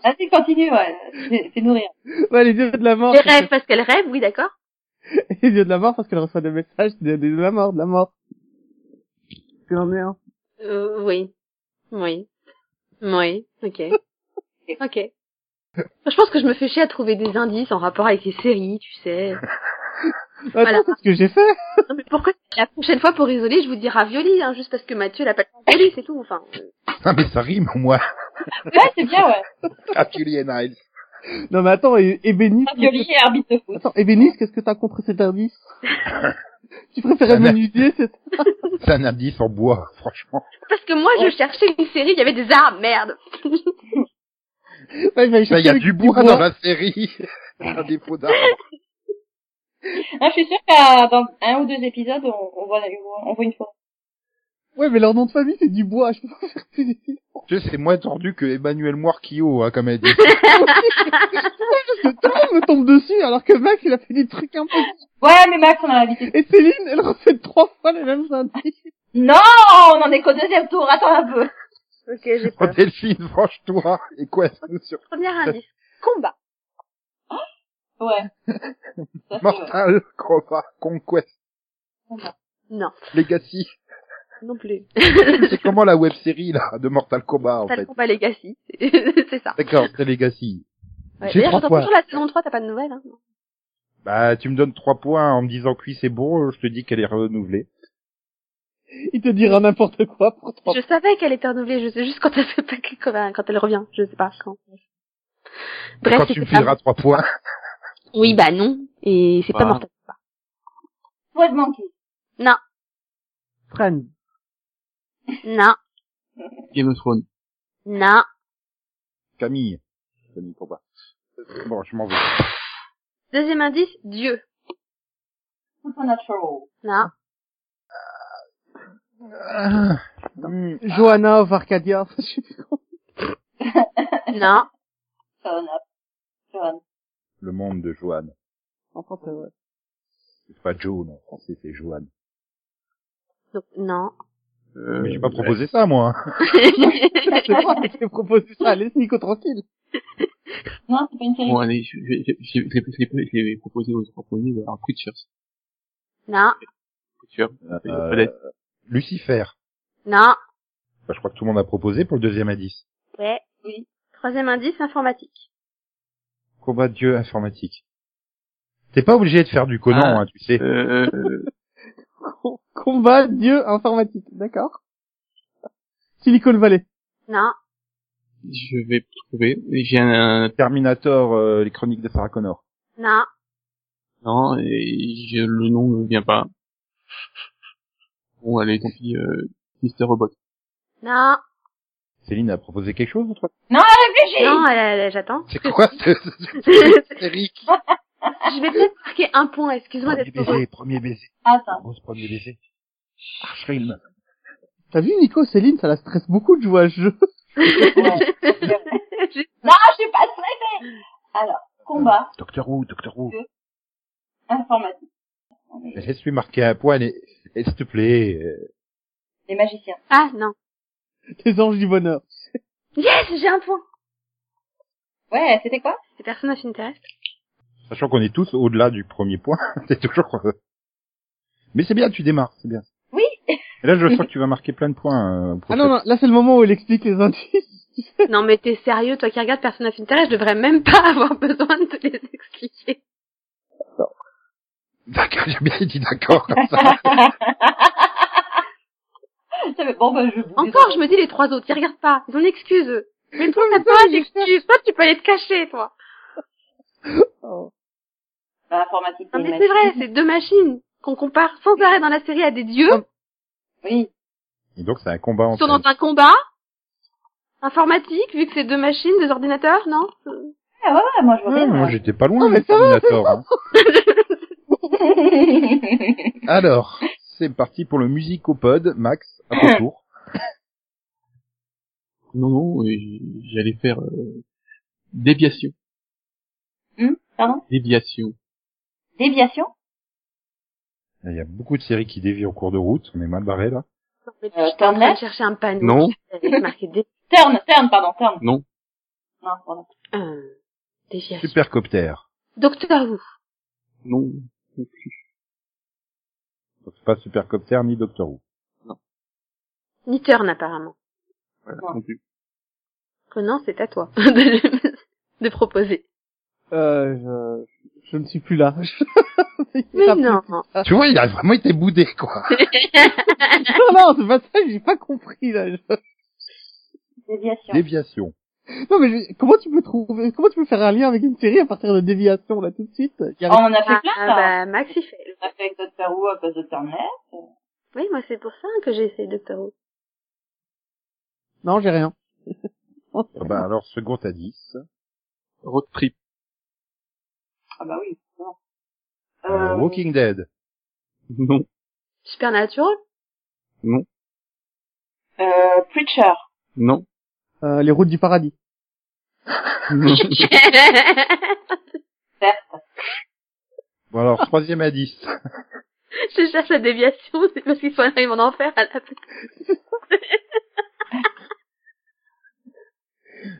Vas-y, Ah, continue, ouais. Fais- Fais-nous rire. Ouais, les dieux de la mort. Elle parce rêve parce qu'elle rêve, oui, d'accord. que- *laughs* Les dieux de la mort, parce qu'elle reçoit des messages des dieux de la mort, de la mort. Tu en es un. Euh, oui. Oui. Oui, *laughs* ok. Ok. Je pense que je me fais chier à trouver des indices en rapport avec les séries, tu *laughs* sais. Attends, Voilà. c'est ce que j'ai fait. Non, mais pourquoi La prochaine fois, pour isoler, je vous dis ravioli, hein, juste parce que Mathieu l'appelle *laughs* ravioli, c'est tout. Enfin, euh, Ah, mais ça rime, au *laughs* moins. Ouais, c'est bien, ouais. Capuli Ah, et Niles. Non, mais attends, é- *laughs* ébéniste. Ravioli et arbitre de foot. Attends, ébéniste, qu'est-ce que t'as contre *laughs* cet indice? tu préférais Ah, mais- menuisier, c'est C'est un indice en bois, franchement. parce que moi, je cherchais une série, il y avait des arbres, merde. Ouais, fallait Ça, Bah, il y a chercher du avec bois dans la série. *laughs* Un dépôt d'arbre. Hein, je suis sûre qu'à dans un ou deux épisodes, on, on voit, on voit une forêt. Ouais, mais leur nom de famille, c'est Dubois, je peux pas faire plus difficile. Tu sais, c'est moins tordu que Emmanuel Moirquillot, hein, comme elle *laughs* dit. Parce que tout le monde me tombe dessus, alors que Max, il a fait des trucs un peu... Ouais, mais Max, on a l'habitude. Et Céline, elle refait trois fois les mêmes indices. Non, on en est qu'au deuxième tour, attends un peu. Ok, j'ai Oh, peur. Delphine, franche-toi. Et quoi, ça nous sur Premier indice. Combat. Ouais. Ça, c'est vrai. Mortal Kombat, Conquest, Non, Legacy. non plus. C'est comment la web-série, là, de Mortal Kombat, en T'as le fait? combat Legacy. *laughs* c'est ça. D'accord, c'est Legacy. Ouais. J'ai D'ailleurs, trois j'entends points. toujours la saison 3, t'as pas de nouvelles, hein. Bah, tu me donnes trois points en me disant que oui, c'est bon, je te dis qu'elle est renouvelée. Il te dira n'importe quoi pour trois Je savais qu'elle était renouvelée, je sais juste quand elle fait pas que- quand, quand elle revient, je sais pas quand. Bref, Quand c'est tu me pas- fileras trois points. Oui, bah non, et c'est pas Bah. mortel. Moi, je manquais. Friends. Non, Game of Thrones. non, Camille. Camille Combat. Bon, je m'en vais. Deuxième indice, Dieu. Supernatural. Non. Ah. Hmm. Johanna of Arcadia. *laughs* je sais plus comment. Non. Son up. Son. Le monde de Joanne. En français, ouais. C'est pas Joan, en français, c'est Joanne. Donc, non. *laughs* Euh, Mais j'ai pas proposé ça, moi. hein. Je sais pas, *laughs* je t'ai proposé ça, laisse Nico tranquille. Non, c'est pas une série. *laughs* Bon, allez, je, je, je, je, je, l'ai- je l'ai- je l'ai proposé aux trois premiers, alors Preachers. Non. Preachers. Euh, Lucifer. Non. Bah, je crois que tout le monde a proposé pour le deuxième à 10. Ouais. Oui. Troisième indice, informatique. Combat de dieu informatique. T'es pas obligé de faire du Conan, Ah. hein, tu sais. Euh, Com- Combat dieu informatique, d'accord Silicon Valley. Non. je vais trouver. J'ai un, Terminator, euh, les chroniques de Sarah Connor. Non. non, et je- le nom ne vient pas. Bon, allez, tant pis, euh, Mr. Robot. Non. Céline a proposé quelque chose, toi Réfléchis Non, *laughs* euh, j'attends. C'est quoi ce, ce- je ce série qui- vais peut-être marquer un point, excuse-moi Premier d'être trop... *laughs* baiser, premier baiser, Attends. grosse premier baiser. Arch Film. T'as vu Nico, Céline, ça la stresse beaucoup de jouer à ce jeu. *laughs* Non, je suis pas stressée Alors, combat, Doctor Who, Doctor Who. informatique, Laisse-lui marquer un point, et, et s'il te plaît. euh, les magiciens. Ah, non. Les anges du bonheur. Yes, j'ai un point. Ouais, c'était quoi *laughs* Les personnages intéressent. Sachant qu'on est tous au-delà du premier point, *laughs* c'est toujours... euh, Mais c'est bien, tu démarres, c'est bien. Oui. Et là, je sens que tu vas marquer plein de points. euh, au Ah prochain non, non, là c'est le moment où il explique les indices. *laughs* non, mais t'es sérieux, toi qui regardes personnages intéressent, je devrais même pas *laughs* avoir besoin de te les expliquer. D'accord, j'ai bien dit d'accord comme ça. Ça fait- Bon, ben, je vous Encore, je me dis les trois autres, ils regardent pas. Ils ont une excuse, eux. Mais toi, T'as pas d'excuse. Toi, tu peux aller te cacher, toi. Oh. Bah, informatique, Non, les mais c'est vrai, c'est deux machines qu'on compare sans arrêt dans la série à des dieux. Oui. *laughs* Et donc, c'est un combat Ils entre sont dans un combat. Informatique, vu que c'est deux machines, deux ordinateurs, non? Ah ouais, ouais, moi, Mmh, je vois Ouais, bien. moi, ouais. j'étais pas loin, Non, mais du Terminator, hein. *laughs* Alors, c'est parti pour le musicopod, Max, à ton tour. Non, non, et j'allais faire, euh, déviation. Hum, pardon Déviation. *laughs* Déviation Il y a beaucoup de séries qui dévient au cours de route, on est mal barré là. Non, mais Euh, je suis en train Internet de chercher un panneau. Non. qui avait marqué dé- Turn, turn, pardon, turn. Non. Non, pardon. euh, déviation. Supercopter. Docteur Who. Non. Donc, c'est pas Supercopter ni Doctor Who. Ni Turn, apparemment. Voilà, Non. non plus. Conan, c'est à toi. *laughs* de, de proposer. Euh, je... je ne suis plus là. *laughs* Mais non. Tu vois, il a vraiment été boudé, quoi. Non, non, c'est pas ça, j'ai pas compris là. Je- Déviation. Déviation. Non mais je- comment tu peux trouver, comment tu peux faire un lien avec une série à partir de déviation là tout de suite Il y Oh, a- on en a fait Ah, plein, ah, ça. bah, Max, il fait. On a fait avec Doctor Who à cause de Turner. Oui, moi, c'est pour ça que j'ai essayé Docteur Who. Non, j'ai rien. *laughs* Ah bah, alors, second à 10. Road trip. Ah bah oui. bon. Euh, Walking Dead. Non. *laughs* Supernatural? euh, *laughs* Preacher. Non. Euh, les routes du paradis. *laughs* Non. Bon, alors, troisième à *laughs* 10. je cherche la déviation, c'est parce qu'il faut aller en enfer à la place.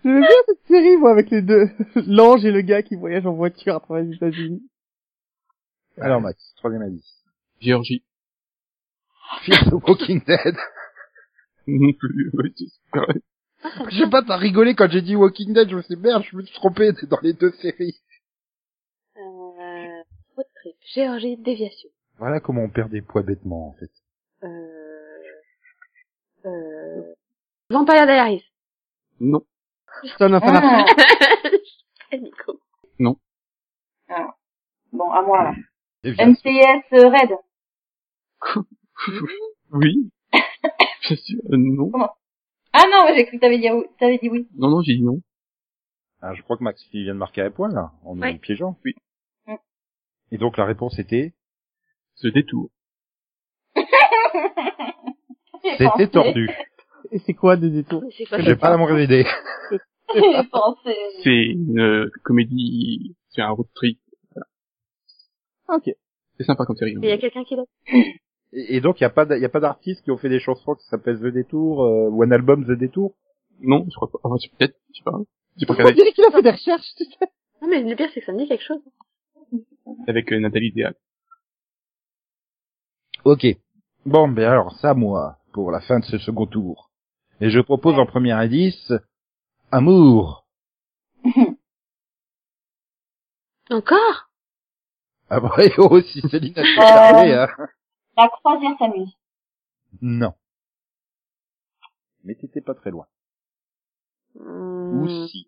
J'aime bien cette série moi avec les deux, *laughs* l'ange et le gars qui voyagent en voiture à travers les États-Unis. Alors, Max, troisième à 10. Géorgie. Fear the Walking Dead. Non plus. Ouais, c'est pareil. Je sais pas, t'as rigolé quand j'ai dit Walking Dead, je me suis dit, merde, je me suis trompé t'es dans les deux séries. Euh, road trip. Géorgie, déviation. Voilà comment on perd des poids bêtement, en fait. Euh, euh, Vampire Diaries. Non. Stone of Anarchy. Ah. *laughs* Eh, Nico. Bon, à *laughs* moi. là. Déviation. MCS euh, Red. Oui. Bien sûr. Euh, non. Ah non, mais j'ai cru que t'avais dit, ah oui- t'avais dit oui. *laughs* Non, non, j'ai dit non. Ah, je crois que Max il vient de marquer un point, là, en nous Ouais. piégeant. Oui. Mm. Et donc, la réponse était, Ce détour. J'ai pensé. c'était tordu. Et c'est quoi des détours C'est quoi J'ai ça pas la moindre idée. *laughs* J'ai pensé. C'est une euh, comédie. C'est un road trip. Ah, Ok. C'est sympa comme série. hein. Il y a quelqu'un qui l'a. Et, et donc, il n'y a pas, d- y a pas d'artistes qui ont fait des chansons qui s'appellent The Détour, euh, ou un album The Détour. Non, je crois pas. Enfin, je- peut-être. Je sais pas. J'ai pas On regardé. dirait qu'il a fait des recherches. tu sais. Non, mais le pire, c'est que ça me dit quelque chose. Avec euh, Nathalie Déa. Ok. Bon, ben alors, ça, moi, pour la fin de ce second tour. Et je propose en premier indice Amour. Encore Après, oh, si Céline a tout gardé, hein. La croisière s'amuse. Non. Mais t'étais pas très loin. Ou si.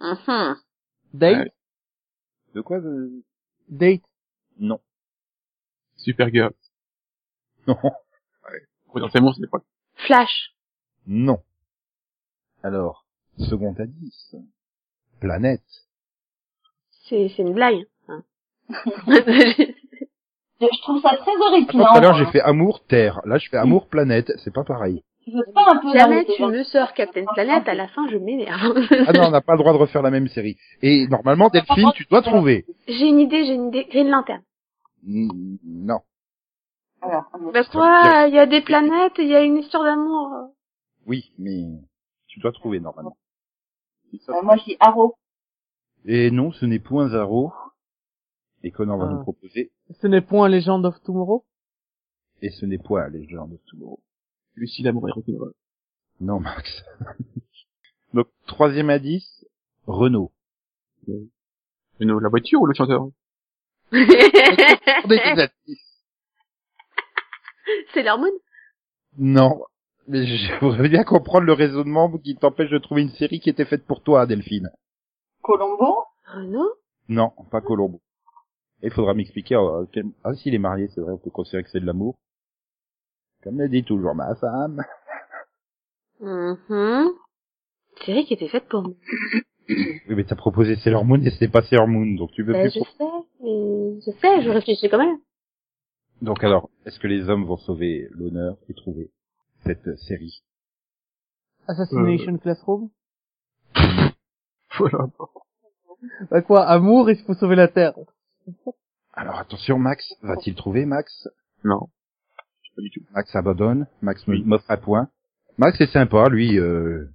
Mhm. Date, Ouais. De quoi euh, date. Non. *laughs* Supergirl. Non. Potentiellement, c'est pas. Flash. Non. Alors, second indice. Planète. C'est, c'est une blague. *laughs* hein. Je, je trouve ça très horripilant. Attends, tout à l'heure, hein. j'ai fait amour Terre. Là, je fais amour planète. C'est pas pareil. Tu veux pas un peu hein. Jamais dans les tu me sors Captain Planet, à la fin je m'énerve. *laughs* Ah non, on n'a pas le droit de refaire la même série. Et normalement, Delphine, tu dois trouver. j'ai une idée, j'ai une idée. Green Lantern. Mm, Non. Alors, euh, Bah quoi, il y a des planètes, il y a une histoire *laughs* d'amour. euh. Oui, mais tu dois trouver normalement. euh, moi, je dis Arrow. Et non, ce n'est point Zaro. Et Conan va Ah. nous proposer. Ce n'est point Legend of Tomorrow. Et ce n'est point les gens de Tomorrow. Lucie l'amour et rock'n'roll. Non, Max. *laughs* Donc, troisième indice, Renault. Une- La voiture ou le chanteur? *laughs* *laughs* c'est l'hormone Non. Mais je voudrais bien comprendre le raisonnement qui t'empêche de trouver une série qui était faite pour toi, Delphine. Colombo. Renaud Non, pas Colombo. Et Il faudra m'expliquer euh, quel... Ah, s'il est marié, c'est vrai, on peut considérer que c'est de l'amour. Comme l'a dit toujours ma femme. Mhm. Série qui était faite pour moi. Oui, mais t'as proposé Sailor Moon et c'est pas Sailor Moon, donc tu veux Bah, plus... je sais, mais je sais, je réfléchis quand *laughs* même. Donc alors, est-ce que les hommes vont sauver l'honneur et trouver cette euh, série Assassination Classroom. Voilà. Bah quoi, amour, il faut sauver la Terre. Alors attention, Max, va-t-il trouver Max Non. Je sais Pas du tout. Max abandonne, Max me- m'offre un point. Max est sympa, lui, euh,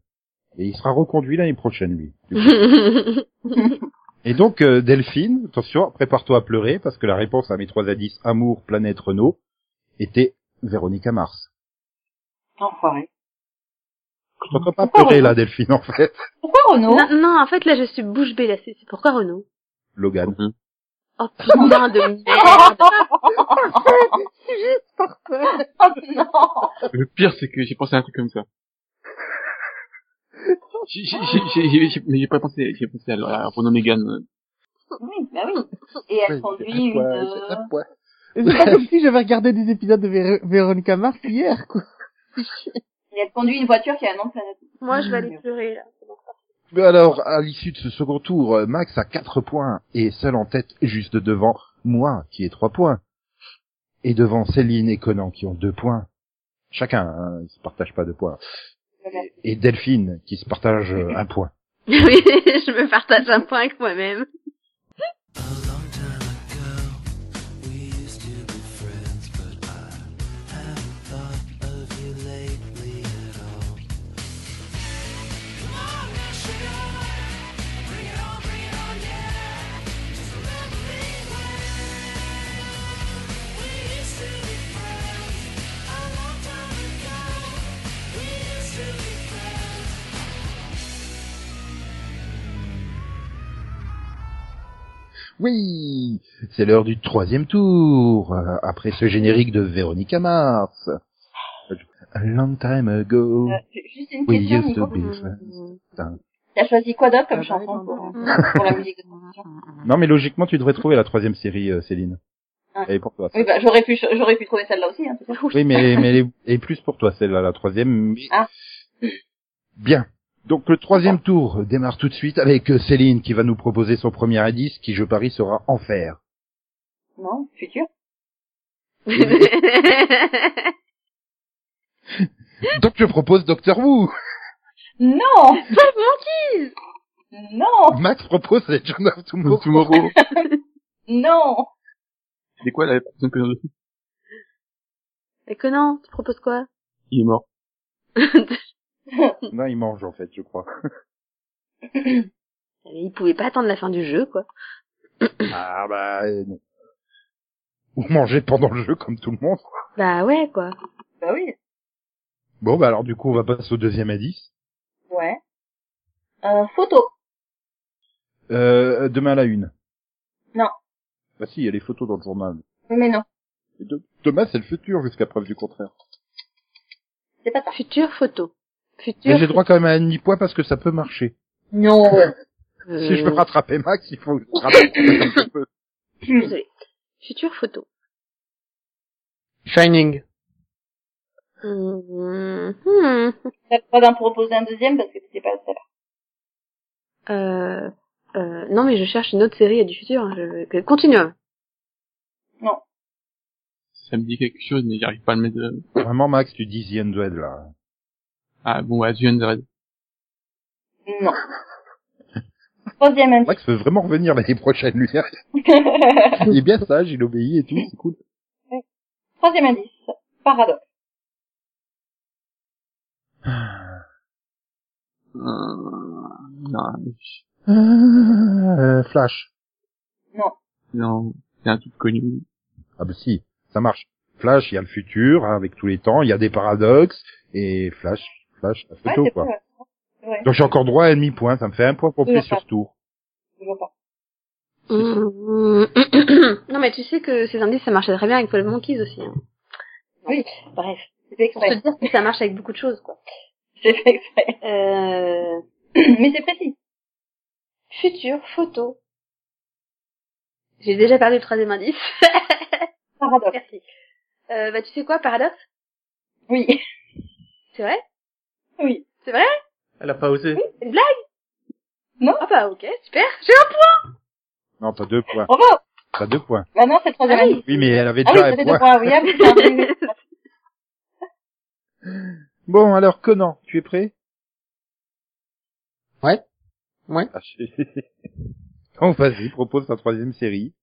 et il sera reconduit l'année prochaine, lui. du *laughs* coup. et donc, euh, Delphine, attention, prépare-toi à pleurer, parce que la réponse à mes trois indices Amour, Planète, Renault, était Véronica Mars. Enfoiré. Je t'entends pas pleurer, là, Delphine, en fait. Pourquoi Renault non, non, en fait, là, je suis bouche bée, là. C'est c'est pourquoi Renaud Logan. Mhm. *laughs* Oh, putain de merde. Oh Juste par peur. *laughs* *laughs* non Le pire, c'est que j'ai pensé à un truc comme ça. J'ai, j'ai, j'ai, j'ai- j'ai- mais j'ai pas pensé, j'ai pensé à, à Renaud Megan. euh, Oui, bah oui. Et elle conduit une... euh, Et C'est pas comme si j'avais regardé des épisodes de Vé- Véronica Mars hier, quoi. Et elle conduit une voiture qui a un nom de planète. *laughs* Moi, je vais aller pleurer, là. *laughs* Mais alors, à l'issue de ce second tour, euh, Max a 4 points et seul en tête juste devant moi qui ai 3 points. Et devant Céline et Conan qui ont 2 points. Chacun, hein, ils se partagent pas 2 points. Et et Delphine qui se partage 1 point. Oui, je me partage un point avec moi-même. Oui C'est l'heure du troisième tour, euh, après ce générique de Véronica Mars. A long time ago. Euh, j'ai juste une Oui, question, yes, Nico. oui. Mm-hmm. T'as choisi quoi d'autre comme Ah, chanson bah, pour, pour la musique de ton émission Non mais logiquement tu devrais trouver la troisième série, euh, Céline. Ah. Et pour toi. Oui, bah j'aurais pu, j'aurais pu trouver celle-là aussi. Hein, c'est ça. Oui, mais, mais elle est- elle est plus pour toi, celle-là, la troisième. mais- Ah. Bien. Donc le troisième tour démarre tout de suite avec euh, Céline qui va nous proposer son premier indice qui, je parie, sera enfer. non, futur. *laughs* Donc je propose Doctor Who. Non Bah, Non Max propose Legend of Tomorrow. Tomorrow. Non C'est quoi la personne que j'en ai Mais Conan, tu proposes quoi Il est mort. Non, il mange en fait, je crois. Il pouvait pas attendre la fin du jeu, quoi. Ah bah euh, non. Ou manger pendant le jeu comme tout le monde. Bah ouais, quoi. Bah oui. Bon, bah alors du coup, on va passer au deuxième indice. Ouais. Euh, photo. Euh, demain à la une. Non. Bah si, il y a les photos dans le journal. Mais non, Et de- demain, c'est le futur, jusqu'à preuve du contraire. c'est pas ça. Future photo. Future. Mais j'ai droit quand même à un demi-point parce que ça peut marcher. Non. *laughs* euh, Si je veux rattraper Max, il faut que je rattrape un petit peu. désolée. Future photo. Shining. Hmm, hmm, T'as pas d'en proposer un deuxième parce que c'est pas ça. euh, euh, non mais je cherche une autre série à du futur. hein, Je... Continuum. Ça me dit quelque chose, mais j'arrive pas à le mettre. euh. Vraiment, Max, tu dis The Undead, là. Ah bon, ouais, The Undead. *laughs* Non. Troisième indice. Max veut vraiment revenir l'année prochaine, lui. Il est bien sage, il obéit et tout, c'est cool. *laughs* Troisième indice. Paradoxe. Euh... Non, je- Euh, Flash. non, c'est un truc connu. Ah bah si, ça marche. Flash, il y a le futur, hein, avec tous les temps, il y a des paradoxes, et Flash, Flash, la photo, c'est quoi. vrai. C'est vrai. Donc j'ai encore droit à un demi-point, ça me fait un point pour Oui, plus enfin. sur tour. Toujours pas. Mmh. *coughs* non mais tu sais que ces indices ça marchait très bien avec Paul Monkeys aussi. hein. Oui. Bref, C'est fait pour te exprès. dire que ça marche avec beaucoup de choses quoi. C'est fait exprès. *laughs* Euh... Mais c'est précis. Futur photo. J'ai déjà perdu le troisième indice. *laughs* Paradoxe. Merci. Euh, bah tu sais quoi, paradoxe Oui. *laughs* C'est vrai Oui. C'est vrai Elle a pas osé. Euh, C'est une blague Non. Ah bah ok, super. J'ai un point. Non, t'as deux points, Bravo. t'as deux points. Bah non, c'est le troisième Ah oui. indice. Oui, mais elle avait Ah oui, déjà ça fait un deux point. points. Oui, ah oui, c'est un *laughs* indice. Bon, alors Conan, tu es prêt Ouais. Ouais. Ah, *laughs* je- Donc vas-y, propose ta troisième série.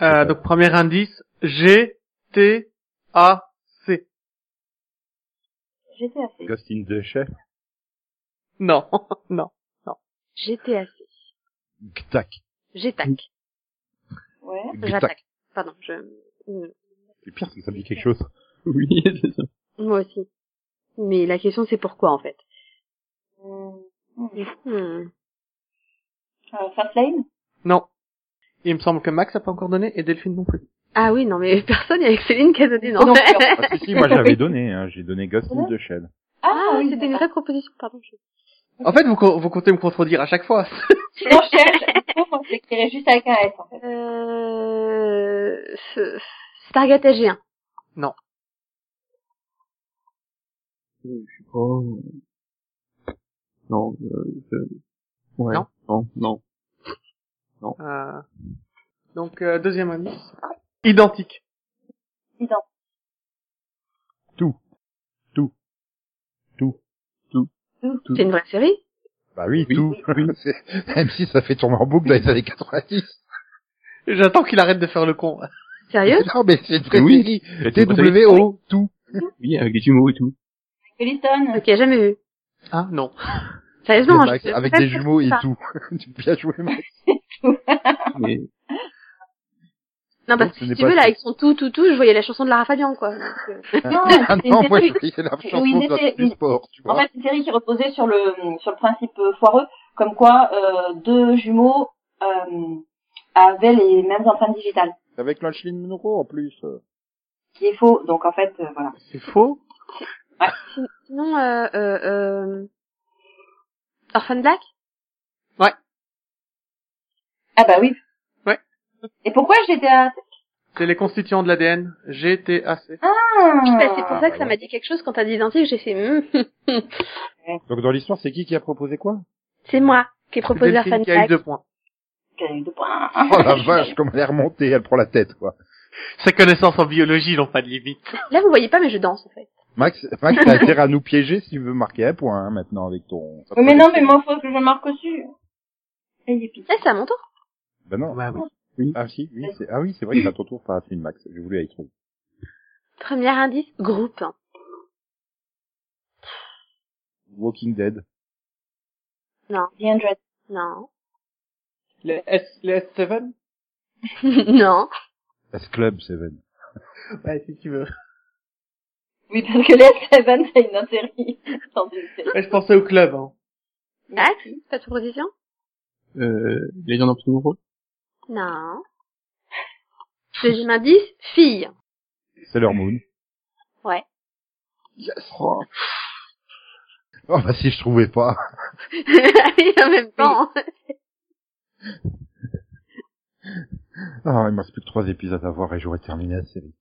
Euh, donc premier indice, G T A C. J'étais assez. Ghost in the Shell. *laughs* Non, non. J'étais assez. Tac. J'attaque. Ouais. Tac. J'attaque. Pardon, je... Mm, Le pire, c'est que ça me dit quelque chose. Oui, *laughs* c'est ça. Moi aussi. Mais la question c'est pourquoi en fait. Hum, hum. Hmm. Euh, Fastlane. Non. Il me semble que Max a pas encore donné et Delphine non plus. Ah oui, non mais *laughs* personne avec Céline qui a donné non. Non, non. *laughs* Ah si, si, moi j'avais donné, hein, j'ai donné Ghost in the Shell. Ah, oui, c'était une vraie proposition, pardon. je- En fait, vous, co- vous comptez me contredire à chaque fois. *laughs* Non, je cherche. Je l'écrirais juste avec un S, en fait. Euh... ce- Stargate AG1. Je sais pas. euh. Oh. Non, euh, je- Ouais. Non. Non, non. Euh, Donc euh, deuxième indice, identique. Identique. Tout. Tout. Tout. Tout. C'est une vraie série Bah oui, Oui, tout. *laughs* C'est- Même si ça fait tourner en boucle dans les années 90. J'attends qu'il arrête de faire le *laughs* con. Sérieux non mais c'est une vraie Oui. série. C'est une vraie série. T-W-O, tout. Oui, avec des jumeaux et tout. Williston. Ok, jamais vu. Ah non. Sérieusement, Max, je- avec je- des jumeaux et ça. tout. *laughs* Bien joué, Max. Mais Non, parce Ce que n'est si tu pas veux, là, ça. avec son tout, tout, tout, je voyais la chanson de Lara Fabian, quoi. Donc, euh, Non, Ah c'est une non, moi je série. voyais la chanson Oui, dans c'était- du sport, tu vois. En fait, c'est une série qui reposait sur le sur le principe euh, foireux, comme quoi euh, deux jumeaux euh, avaient les mêmes empreintes digitales, Avec Marilyn Monroe en plus. euh. ce qui est faux. Donc en fait, euh, voilà. C'est faux. Sinon, euh, euh, euh... Orphan Black Ah bah oui. Ouais. Et pourquoi j'étais à *laughs* C'est les constituants de l'ADN. G T A C. Ah, Bah, C'est pour ça que bah ça m'a dit quelque chose quand t'as dit identique, j'ai fait, hmm, Donc dans l'histoire, c'est qui qui a proposé quoi c'est moi qui ai proposé Orphan Delphine qui a eu Black. deux points. qu'il y a eu deux points. Oh la vache, comme elle est remontée, elle prend la tête quoi. Ses connaissances en biologie n'ont pas de limite. Là, vous voyez pas, mais je danse, en fait. Max, Max, t'as intérêt à nous piéger si tu veux marquer un point hein, maintenant avec ton. Oui, mais non, mais moi faut que je marque dessus. Et youpi. Là, Eh, c'est à mon tour. Bah non. Bah oui. Ah si, oui, c'est ah oui, c'est vrai que t'as ton tour par la suite, Max. Je voulais aller trop. vite. Premier indice, groupe. Walking Dead. The Hundred. Non. Les S les S7 *laughs* non. S Club Seven. Ouais, si tu veux. Oui, parce que les Seven, c'est une autre série. *laughs* Dans une série. Ouais, je pensais au club. Hein. Max, t'as de proposition Euh, Légende en petit nouveau. Non. Deuxième indice, fille. *laughs* Sailor Moon. Yes. Oh, *laughs* Oh bah si je trouvais pas. Et en même temps. Ah, il me reste plus que trois épisodes à voir et j'aurais terminé la série.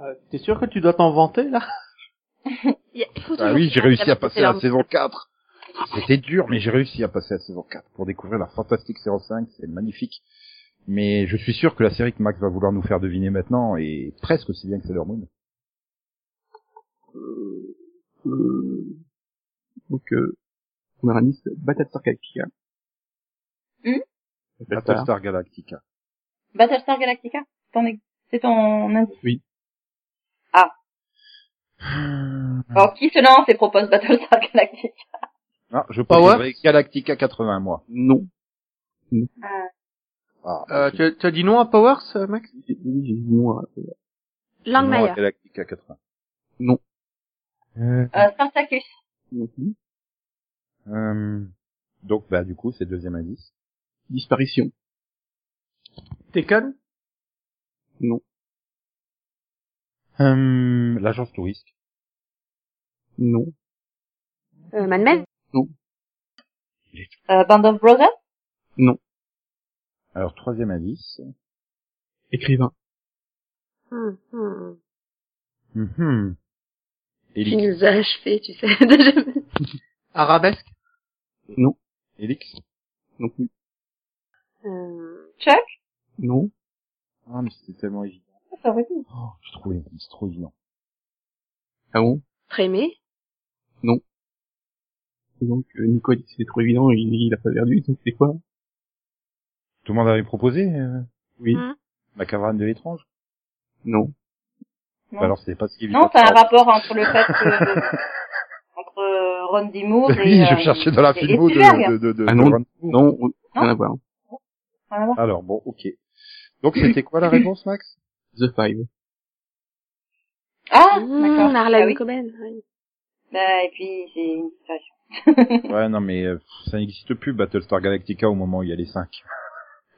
Euh, T'es sûr que tu dois t'en vanter là il y a- il faut Ah toujours oui, j'ai faire réussi à passer à la leur- saison 4. C'était dur, mais j'ai réussi à passer à la saison 4 pour découvrir la fantastique saison 5, c'est magnifique. Mais je suis sûr que la série que Max va vouloir nous faire deviner maintenant est presque aussi bien que Sailor Moon. euh, donc, euh, premier indice, Battlestar Galactica. Hum Battlestar. Battlestar Galactica. Battlestar Galactica Ton ex- C'est ton indice. Alors, qui se lance et propose Battlestar Galactica Ah, je Ah ouais proposerais Galactica 80, moi. Non. Ah, euh, tu, as- tu as dit non à Powers, euh, Max J'ai j'ai dit non. à- euh, non, Langmeier. Galactica 80. Non. Euh, euh, Spartacus. non plus. euh, donc, bah, du coup, c'est le deuxième indice. Disparition. Tekken Euh, L'agence touriste. Non. Euh, Mad Men. Euh, Band of Brothers Alors, troisième indice. Écrivain. Hum, hum. Mhm. Tu Elix. nous as achevé, tu sais. *laughs* Déjà- Arabesque Elix. Non plus. Euh, Chuck Non. Ah, mais c'était tellement évident. Ça aurait été. Oh, je trouvais, c'est trop évident. Ah bon Trémé. Et donc, euh, Nico a dit que c'était trop évident, il, il a pas perdu, donc c'est quoi Tout le monde avait proposé euh, Oui. Ah. Hum. la caverne de l'étrange Non. Non. Bah Alors, c'était pas si évident. Non, que *laughs* c'est un ça. rapport entre le *laughs* fait que... entre euh, Ron Moore et... Oui, euh, je cherchais dans la et- et filmo de, Spielberg. de, de, de- Ah non, de Ron Moore. Non, on- Ah. rien à voir. hein. Voilà. Alors, bon, ok. Donc, c'était quoi *laughs* la réponse, Max The Five. Ah, d'accord. Hum, Harlan Ah oui. Coben. oui. Bah, et puis, c'est une disparition. Ouais, non, mais euh, ça n'existe plus, Battlestar Galactica, au moment où il y a les *laughs* 5.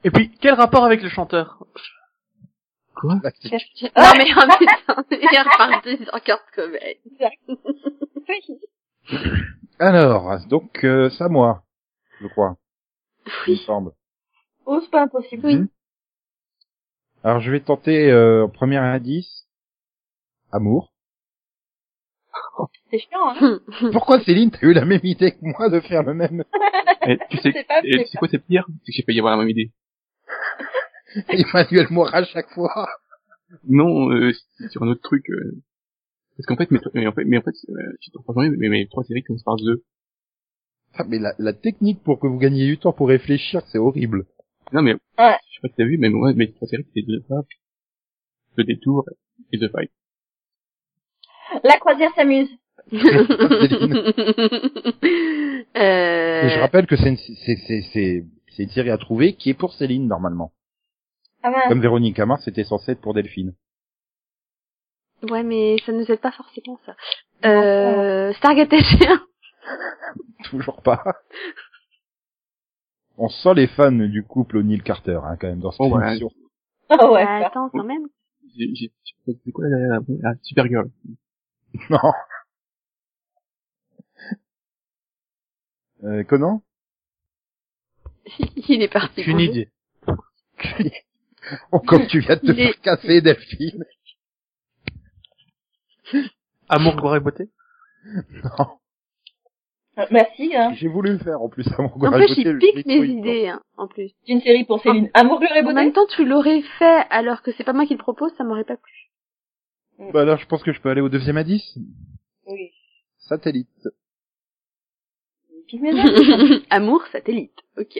Et puis, quel rapport avec le chanteur Quoi Ah Non mais en putain, il est reparti sur Kurt *laughs* Cobain. Oui. Alors, donc, euh, c'est à moi, je crois. Il me semble. Oh, c'est pas impossible. Mhm. Alors, je vais tenter, euh, premier indice, *laughs* amour. C'est chiant, hein. Pourquoi, Céline, t'as eu la même idée que moi de faire le même *laughs* Eh, *laughs* tu sais, C'est pas- eh, tu c'est sais quoi c'est pire C'est que j'ai pas y avoir la même idée. Emmanuel Moir à chaque fois Non, euh, c'est sur un autre truc. euh. Parce qu'en fait, mais, mais en fait, mais en fait, euh, je t'en mais, mais mes trois séries commencent par The. Ah, mais la, la technique pour que vous gagniez du temps pour réfléchir, c'est horrible. Non mais, Ouais. Ah. je sais pas si t'as vu, mais moi, mes trois séries c'était The Five, The Détour et The Five. La croisière s'amuse. Euh, Et je euh, rappelle que c'est une, c'est, c'est, c'est, c'est une série à trouver qui est pour Céline, normalement. Ah mince. Comme Véronique Amar, c'était censé être pour Delphine. *laughs* ouais mais ça nous aide pas forcément ça. Euh, Stargate SG1. Toujours pas. On sent les fans du couple O'Neill Carter, hein, quand même, dans cette Oh, ouais. émission. *laughs* *laughs* Ah ouais. Bah, ça. attends *laughs* quand même. J'ai, j'ai- c'est quoi la, la, la Supergirl Non. Euh, Conan Il est parti. Une idée. Oh, comme tu viens de te Il est- faire casser, Delphine. Amour, gloire et beauté Euh, Merci, hein. J'ai voulu le faire, en plus, à mon En goût, plus, rajouter il le pique mes métro, il- idées, hein, en plus. C'est une série pour Céline. Amour, gloire et En beauté. même temps, tu l'aurais fait, alors que c'est pas moi qui le propose, ça m'aurait *laughs* pas plu. Bah alors, je pense que je peux aller au deuxième indice. Oui. Satellite. Pique mes *laughs* yeux. Amour, satellite. Ok.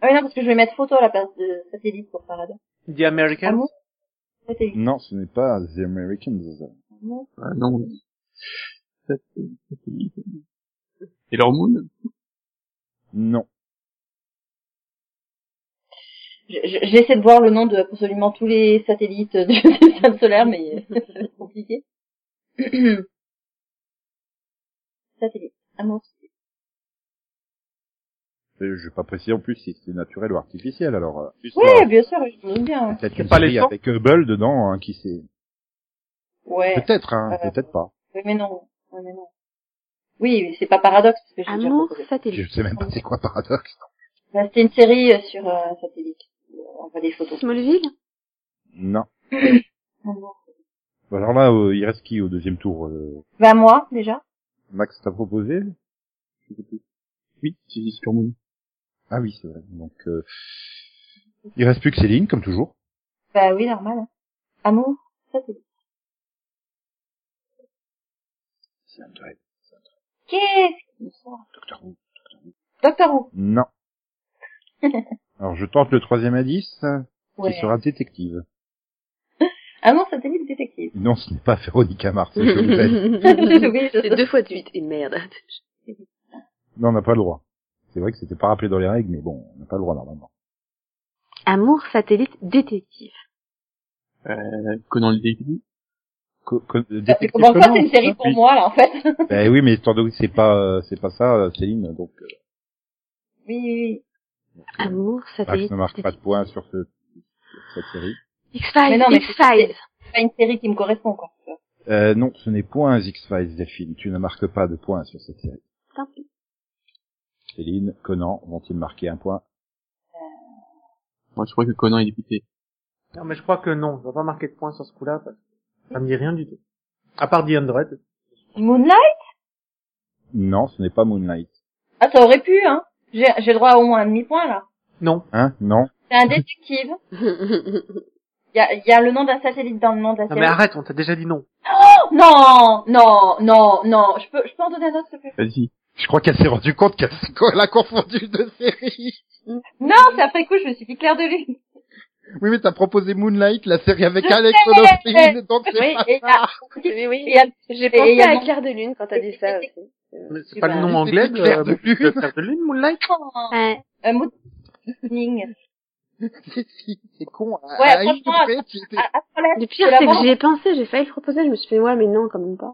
Ah oui, non, parce que je vais mettre photo à la place de satellite pour faire la danse. The American Amour. Satellite. Non, ce n'est pas The Americans. Ah non. Ça, c'est- ça, c'est- Et leur Moon Non. Je- je- J'essaie de *laughs* voir le nom de absolument tous les satellites du système solaire, mais euh, c'est compliqué. *clears throat* Ça c'est dit. Ah, moi aussi. Euh, Je vais pas préciser en plus si c'est naturel ou artificiel, alors. euh, juste Ouais, bien sûr, je me dis bien. Peut-être C'est une pas les série sangs avec Hubble dedans, hein, qui sait. Ouais. Peut-être, hein, Euh, peut-être pas. Oui, mais non. Oui, mais non. Oui, mais c'est pas paradoxe parce que j'ai déjà Amour proposé. Je satellite. sais même pas c'est quoi paradoxe. Bah, C'était une série euh, sur euh, satellite. On voit des photos. Smallville Non. Amour. Alors là, euh, il reste qui au deuxième tour euh, Bah moi déjà. Max t'as proposé Oui, j'ai dit Super Moon. Ah oui, c'est vrai. Donc, euh, il reste plus que Céline, comme toujours. Bah oui, normal. hein. Amour satellite. C'est un Qu'est-ce qu'il me sort Doctor Who. *laughs* Non. Alors, je tente le troisième indice, euh, Ouais. qui sera détective. Amour satellite détective. Non, ce n'est pas Véronica Mars, je vous aide. *laughs* *laughs* oui, je... C'est deux fois de suite. Et merde. Non, on n'a pas le droit. C'est vrai que c'était pas rappelé dans les règles, mais bon, on n'a pas le droit normalement. Amour satellite détective. Euh, Conan le Daily. Co- co- Ça fait détective comment ça, Conan, hein, c'est une série pour oui. moi, là, en fait. Ben oui, mais étant donné que c'est pas, euh, c'est pas ça, euh, Céline, donc, euh, Oui, oui, Amour Max satellite ne marque pas de détective. points sur ce, sur cette série. X-Files, Mais non, mais X-Files. c'est pas une série qui me correspond, quoi. Euh, non, ce n'est point X-Files, Delphine. Tu ne marques pas de points sur cette série. Tant *laughs* pis. Céline, Conan, vont-ils marquer un point? Moi, je crois que Conan est député. Non, mais je crois que non, on va pas marquer de points sur ce coup-là, parce que ça me dit rien du tout. À part The 100. Moonlight? Non, ce n'est pas Moonlight. Ah, ça aurait pu, hein. J'ai, j'ai droit à au moins un demi-point, là. Non. Hein? Non? C'est un détective. Il y a, il y a le nom d'un satellite dans le nom de la Non, série. mais arrête, on t'a déjà dit non. Oh, non, non, non, non. Je peux, je peux en donner un autre, s'il te plaît? Vas-y. Je crois qu'elle s'est rendue compte qu'elle *laughs* qu'elle a confondu deux séries. Non, c'est après coup, je me suis dit clair de *laughs* lune. Oui, mais t'as proposé Moonlight, la série avec Je Alex sais Honnoldine, donc c'est Oui, pas Et il y ça. a, Oui, et il oui. y a- J'ai et il y pensé a à mon- Claire de Lune quand t'as dit ça aussi. Mais c'est Oui, pas bah, le nom c'est anglais Claire de Lune. Claire de Lune, Moonlight. Ouais. un mot de listening. C'est con. à- Ouais, à une franchement, près, tu étais- À, à trois lettres, Le pire, la c'est que vente. j'y ai pensé, j'ai failli le proposer, je me suis fait, ouais, mais non, quand même pas.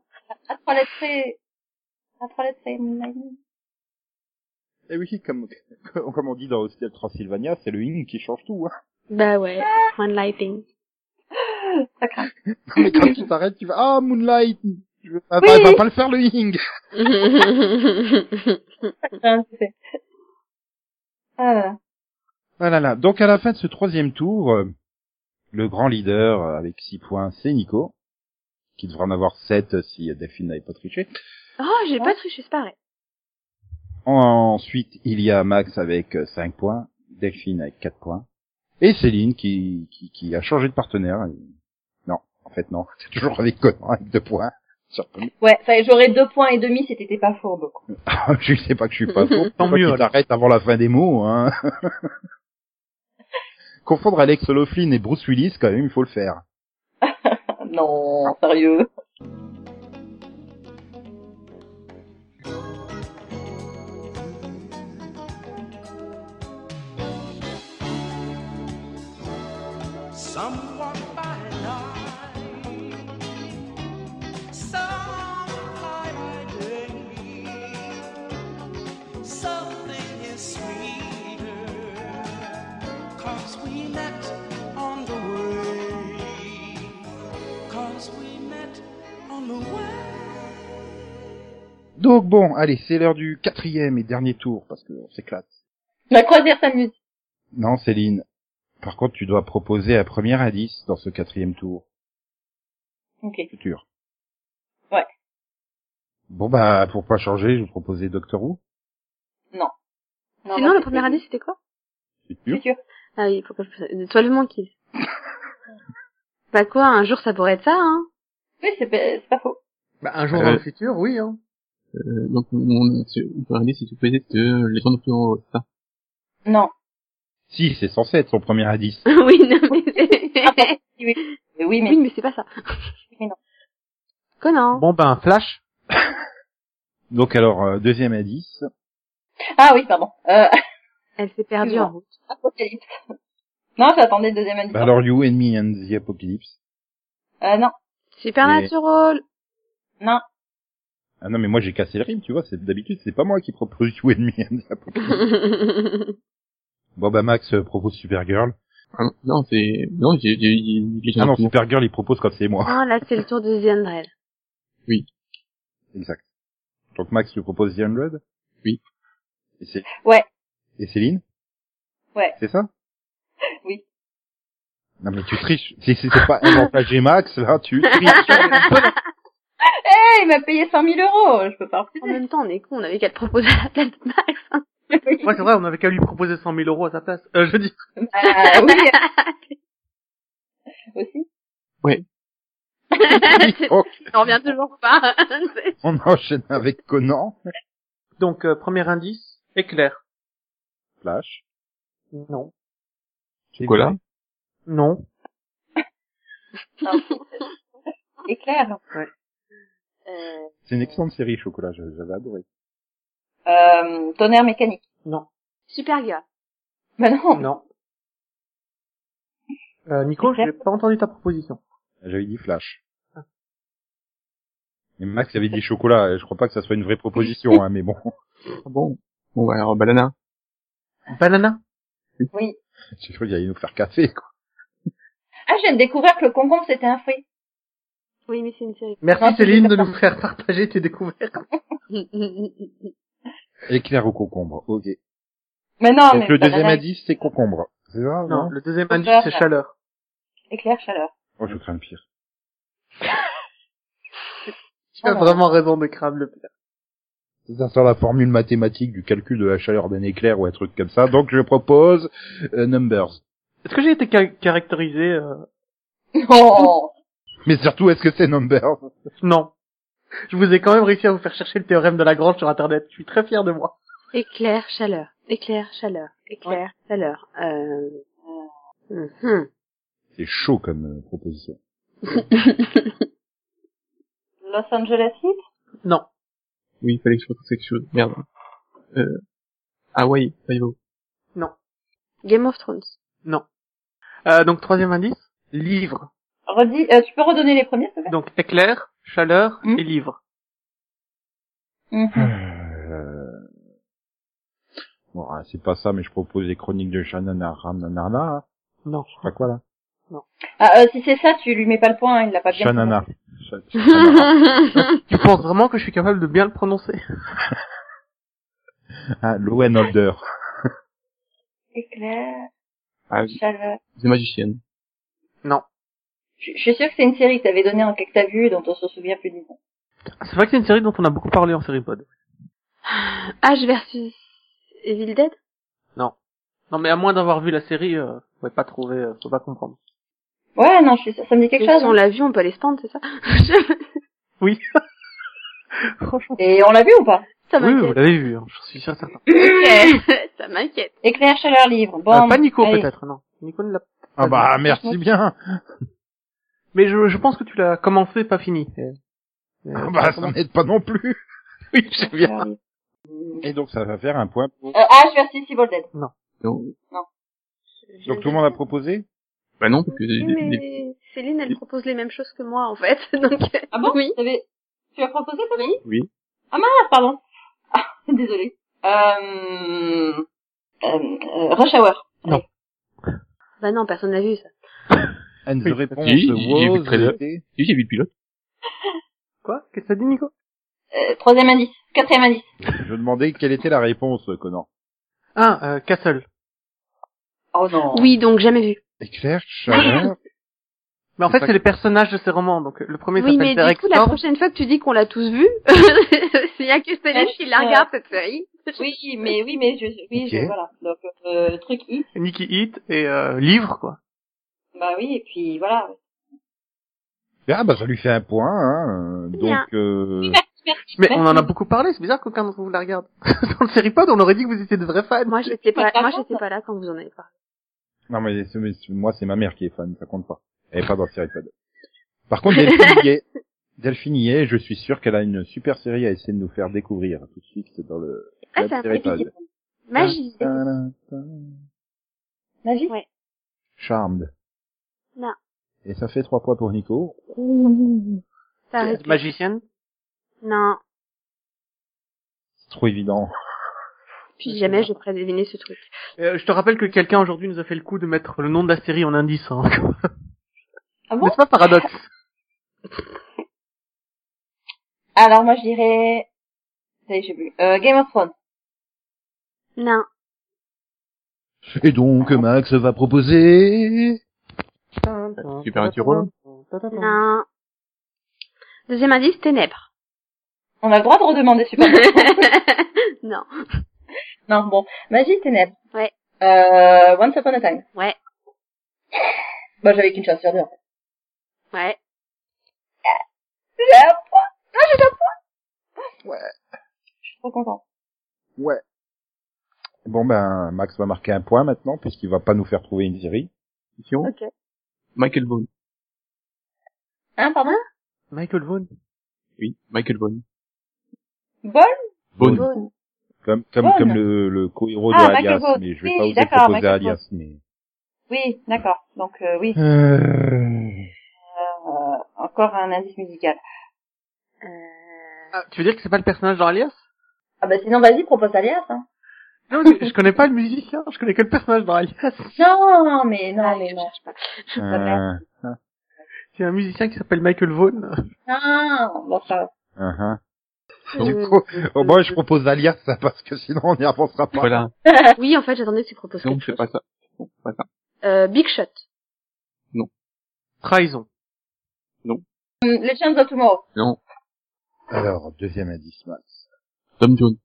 à trois lettres près. À trois lettres près, Moonlight. Eh oui, comme, *laughs* comme on dit dans Hostel Transylvania, c'est le in qui change tout, hein. Bah ouais, One *laughs* Lighting. Ça craint. *laughs* Mais quand tu t'arrêtes, tu vas, ah, Moonlight! Je veux pas, Oui. elle va pas le faire le in! Oh, Ça craint, c'est fait. Ah, là, là. Voilà, Ah là. Donc à la fin de ce troisième tour, euh, le grand leader euh, avec 6 points, c'est Nico, qui devrait en avoir 7 si euh, Delphine n'avait pas triché. oh, j'ai pas triché, c'est pareil. Ensuite, il y a Max avec 5 points, Delphine avec 4 points, et Céline qui, qui, qui a changé de partenaire. Non, en fait non, *laughs* c'est toujours avec Conan avec 2 points. *laughs* Surprenant. Ouais, ça, j'aurais deux points et demi si t'étais pas fourbe. quoi. Ah, je sais pas que je suis pas faux. *laughs* Tant mieux, alors. t'arrête avant la fin des mots. Hein. *laughs* Confondre Alex Loughlin et Bruce Willis, quand même, il faut le faire. Non, sérieux. Someone by night, some by day. Something is sweeter, cause we met on the way. Cause we met on the way. Donc bon, allez, c'est l'heure du quatrième et dernier tour, parce qu'on s'éclate. La croisière s'amuse. Non, Céline. Par contre, tu dois proposer un premier indice dans ce quatrième tour Ok. futur. Ouais. Bon bah, pour pas changer, je vais proposer Doctor Who. Non, Sinon, bah, la c'est- première année, c'était quoi? C'est c'est sûr. sûr. Ah oui, pourquoi je fais ça? Toi le *laughs* manquise. bah quoi, un jour ça pourrait être ça, *laughs* hein? Oui, c'est pas, c'est pas faux. Bah, un jour Euh. dans le futur, oui, hein. Euh, donc, on, on peut regarder si tu faisais de Legend of Tomorrow, c'est ça. Non. Si, c'est censé être son premier indice. oui, non, mais c'est... Oui, oui, oui, mais oui, mais c'est pas ça. *laughs* Mais non. Conan. Bon, ben, Flash. Donc alors, euh, deuxième indice. ah oui, pardon. Euh, *laughs* Elle s'est perdue en route. Apocalypse. Non, j'attendais le deuxième indice. Bah alors, You and Me and the Apocalypse. Euh, non. Supernatural. Non. Ah non, mais moi j'ai cassé le rythme, tu vois, c'est d'habitude, c'est pas moi qui propose You and Me and the *laughs* Apocalypse. Bon bah Max euh, propose Supergirl. Ah non, non, c'est, non, j'ai, j'ai, j'ai, j'ai- j'ai- Ah non, Supergirl il propose quand c'est moi. Ah, là, c'est le tour de The Andrel. Exact. Donc Max lui propose The 100 Oui. Et c'est... Ouais. Et Céline Ouais. C'est ça *laughs* Oui. Non mais tu triches. Si c'était pas avantager Max, là tu triches. *laughs* *laughs* Eh, il m'a payé 100 000 euros, je peux pas En *laughs* refuser. même temps, on est con, on avait qu'à te proposer à la place de Max. Ouais, c'est vrai, on avait qu'à lui proposer 100 000 euros à sa place. Euh, je dis. Ah, oui, aussi. Oh, *laughs* on revient toujours pas. *laughs* on enchaîne avec Conan. Donc, euh, premier indice, éclair. Flash. Non. Chocolat. Non. C'est clair. Euh, C'est une excellente série Chocolat, j'avais j'avais adoré. Euh, tonnerre mécanique. super gars. Bah non. Non. Euh, Nico, j'ai Éclair. pas entendu ta proposition. J'avais dit Flash. Ah. Et Max avait dit Chocolat, et je crois pas que ça soit une vraie *laughs* proposition, hein, mais bon. *laughs* Ah bon. Bon, bah, alors, banana. Banana. Oui. J'ai cru qu'il allait nous faire café, quoi. Ah, je viens de découvrir que le concombre c'était un fruit. Oui, mais c'est une série. Merci Non, Ah, c'est Céline de pas nous faire partager tes découvertes. Éclair au concombre, ok. Mais non, Ah, mais Donc le banana, deuxième indice, c'est concombre. C'est ça Non, le deuxième Faut indice, faire c'est ça. chaleur. éclair, chaleur. *laughs* Oh, je crains le pire. Tu as Alors. vraiment raison de craindre le pire. C'est ça sur la formule mathématique du calcul de la chaleur d'un éclair ou un truc comme ça. Donc je propose euh, Numbers. Est-ce que j'ai été ca- caractérisé euh, Non. Mais surtout, est-ce que c'est Numbers Non. Je vous ai quand même réussi à vous faire chercher le théorème de Lagrange sur Internet. Je suis très fier de moi. Éclair, chaleur. Éclair, chaleur. Éclair, chaleur. Euh... mhm. C'est chaud comme euh, proposition. Los Angeles Heat. Non. Oui, il fallait que je fasse quelque chose. Merde. Euh, Hawaii, ça y va. Game *laughs* of Thrones. Euh, donc troisième indice, livre. Redis, euh, tu peux redonner les premiers, s'il te plaît Donc éclair, chaleur Hmm. et livre. Ah. Mhm. Euh... Bon, ah, c'est pas ça, mais je propose les chroniques de Shannon Ramnanarna. hein. Non. Je sais pas quoi, là Ah, euh, si c'est ça, tu lui mets pas le point, hein, il l'a pas bien. Shanana. Tu penses vraiment que je suis capable de bien le prononcer Ah, Lowen Holder. Éclair, Ah, The chaleur. Magician. Je, je suis sûre que c'est une série que t'avais donnée en que t'as vu et dont on se souvient plus du nom. C'est vrai que c'est une série dont on a beaucoup parlé en série pod. Ash versus Evil Dead. Non mais à moins d'avoir vu la série, euh, vous pouvez pas trouver, euh, faut pas comprendre. Ouais, non, je suis sûre, ça me dit quelque Mais chose. si on hein. l'a vu, on peut aller se pendre, c'est ça *laughs* Oui. *laughs* Franchement. hein. Et on l'a vu ou *laughs* pas Ça Oui, vous m'inquiète. l'avez vu, hein, je suis sûr et certain. *laughs* ça m'inquiète. Éclair, chaleur, livre. Bon. Euh, pas Nico allez. peut-être, non. Nico ne l'a. Ah bah, merci bien Mais je, je pense que tu l'as commencé, pas fini. Euh, euh, Ah tu bah, l'as ça commencé. m'aide pas non plus oui, je sais bien. Chaleur, livre. Et donc, ça va faire un point. Euh, Ash versus Evil Dead. Non. Donc, tout le monde a proposé Bah non, parce que j'ai, Oui, j'ai- j'ai- mais Céline, elle propose les mêmes choses que moi, en fait. *laughs* Donc, Ah bon Oui. T'avais- Tu as proposé toi Oui. Oui. Ah mince, pardon. *laughs* Ah, désolé. Euh... Euh, euh, Rush Hour. Bah non, personne n'a vu ça. And the Oui. réponse Oui, j'ai vu le trailer. était- j'ai, vu le pilote. Quoi Qu'est-ce que ça dit Nico Euh, troisième indice. Quatrième indice. Je demandais quelle était la réponse, Conan. Ah, euh, Castle. Oh non. Oui, donc jamais vu. Éclair, chaleur... Mais en C'est fait, ça c'est les personnages de ces romans. Donc, euh, le premier oui, s'appelle mais du Derek coup, la Storm. prochaine fois que tu dis qu'on l'a tous vu, *laughs* il y a que Céline qui la regarde, cette série. Oui, mais oui, mais je, oui, je, Ok. voilà. Donc, euh, truc I. Nicky Heat et euh, livre, quoi. Bah oui, et puis voilà. Ah bah, ça lui fait un point, hein. euh, Bien. Donc, euh... Merci. Mais on en a merci. beaucoup parlé, c'est bizarre qu'aucun d'entre vous la regarde. *laughs* Dans le série pod, on aurait dit que vous étiez de vrais fans. Moi, j'étais pas, par moi, contre- j'étais pas là quand vous en avez parlé. Non, mais, c'est- mais c'est- moi, c'est ma mère qui est fan, ça compte pas. Elle est pas dans le série pod. Par contre, Delphine *laughs* y est. Delphine y est, je suis sûr qu'elle a une super série à essayer de nous faire découvrir tout de suite dans le Ah, la c'est un série pod. Magie. Ah, Tadam, tadam. Magie. Charmed. Non. Et ça fait trois points pour Nico. Ça reste- Euh, Magicienne. Non. C'est trop évident. Puis jamais je pourrais deviner ce truc. Euh, je te rappelle que quelqu'un aujourd'hui nous a fait le coup de mettre le nom de la série en indice. Hein. Ah bon N'est-ce pas paradoxe Alors moi je dirais... Ça y est, j'ai plus. Euh, Game of Thrones. Non. Et donc, Max va proposer... Supernatural. Ah Non. Deuxième indice, *laughs* ténèbres. On a le droit de redemander super. *laughs* non. non, bon. Magie ténèbres. Ouais. Euh, Once Upon a Time. Ouais. Bon, j'avais qu'une chance sur deux. en fait. Ouais. J'ai un point. Non, j'ai un point. Ouais. Je suis trop contente. Ouais. Bon, ben, Max va marquer un point maintenant, puisqu'il va pas nous faire trouver une série. Fiction. Ok. Michael Vaughn. Hein, pardon Michael Vaughn. Oui, Michael Vaughn. Bol Vaughn. Bonne. Comme, comme, Bonne. comme le, le co-héros Ah, de Michael Alias, Vaughn. mais je Oui, vais pas oui, vous d'accord, proposer Michael Alias, mais... Oui, d'accord. Donc, euh, oui. Euh... Euh, encore un indice musical. Euh... Ah, tu veux dire que c'est pas le personnage dans Alias Ah bah sinon, vas-y, propose Alias. Hein. Non, je, je connais pas le musicien, je connais que le personnage dans Alias. Non, mais non, ah, mais je non. cherche pas. euh, C'est un musicien qui s'appelle Michael Vaughn. Non, bon, ça... euh, euh. Du Euh, coup, au moins, je propose Alias, *laughs* hein, parce que sinon, on n'y avancera pas. Voilà. Oui, en fait, j'attendais que tu proposes Non, quelque c'est chose. pas ça. Non, c'est pas ça. Euh, Big Shot. Trahison. *laughs* Hum, Les Chums of Tomorrow. Non. Alors, deuxième indice, Max. Tom Jones.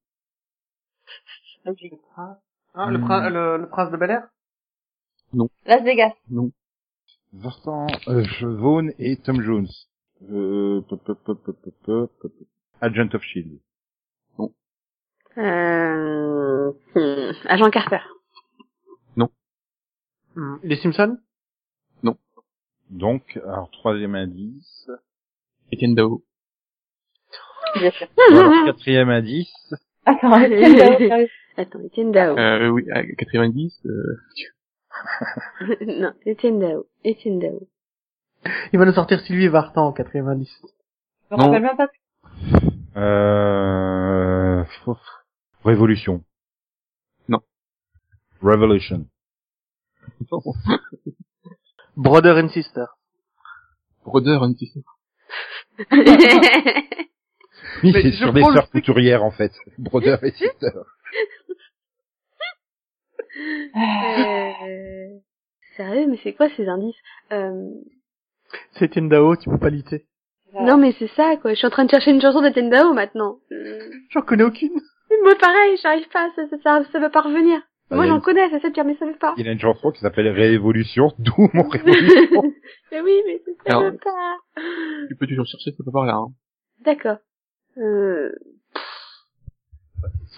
Hein, le, prin- le, le prince de Bel Air Las Vegas. Vartan, euh, Vaughn et Tom Jones. Euh, peu, peu, peu, peu, peu, peu, peu, peu. Agent of Shield. Euh... hmm, Agent Carter. Hmm. Les Simpsons Donc, alors troisième *laughs* indice. Etienne Dao. Bien sûr. Alors, quatrième indice. Attends, *laughs* Etienne Dao, sérieux. *laughs* Attends, Etienne Dao. *laughs* Euh, oui, à 90, euh, non, Etienne Dao. Etienne Dao. Il va nous sortir Sylvie Vartan en 90. Je me Non. rappelle même pas. Euh... pff, Révolution. Non. Revolution. Brother and Sister. Brother and Sister. Oui, Mais c'est je sur des prends le sœurs truc. couturières, en *laughs* fait. Brother et sister. Euh, Sérieux, mais c'est quoi ces indices euh... C'est Étienne Dao, tu peux pas lutter. Non, mais c'est ça, quoi. Je suis en train de chercher une chanson d'Etienne Dao, maintenant. Euh, J'en connais aucune. Moi, pareil, j'arrive pas, ça, ça, ça, ça veut pas revenir. Ah, Moi, il y a j'en une- connais, ça, ça, Pierre, mais ça veut pas. Il a une chanson qui s'appelle Révolution, *laughs* d'où mon révolution. *laughs* mais oui, mais ça, ça Alors- veut pas. Tu peux toujours chercher, c'est pas par là, hein. D'accord. Euh...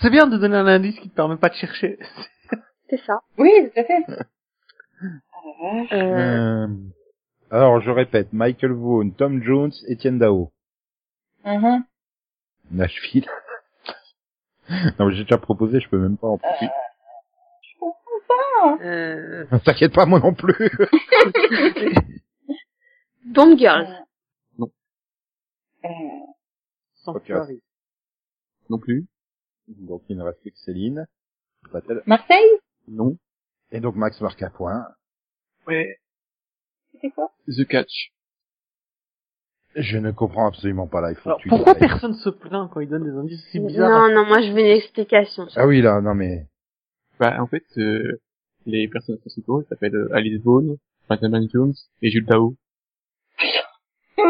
C'est bien de donner un indice qui te permet pas de chercher. C'est ça. Oui, tout à fait. Euh... Euh, Alors, je répète. Michael Vaughn, Tom Jones, Etienne Dao. Mhm. Nashville. *laughs* non, mais j'ai déjà proposé, je peux même pas en profiter. Euh... T'inquiète pas, moi non plus. *laughs* Bomb Girls. Euh, Sanctuary. Non plus. donc, il ne reste plus que Céline. Patel. Marseille Non. Et donc, Max marque un point. Ouais. C'était quoi *laughs* The Catch. Je ne comprends absolument pas là, il faut Alors, que tu pourquoi t'arrêtes. personne se plaint quand il donne des indices si bizarres Non, non, moi, je veux une explication. Ah oui, là, non mais... Bah, en fait, euh, les personnages principaux, ils s'appellent euh, Alice Vaughn, Benjamin Jones et Jules Dao. Sauf *laughs*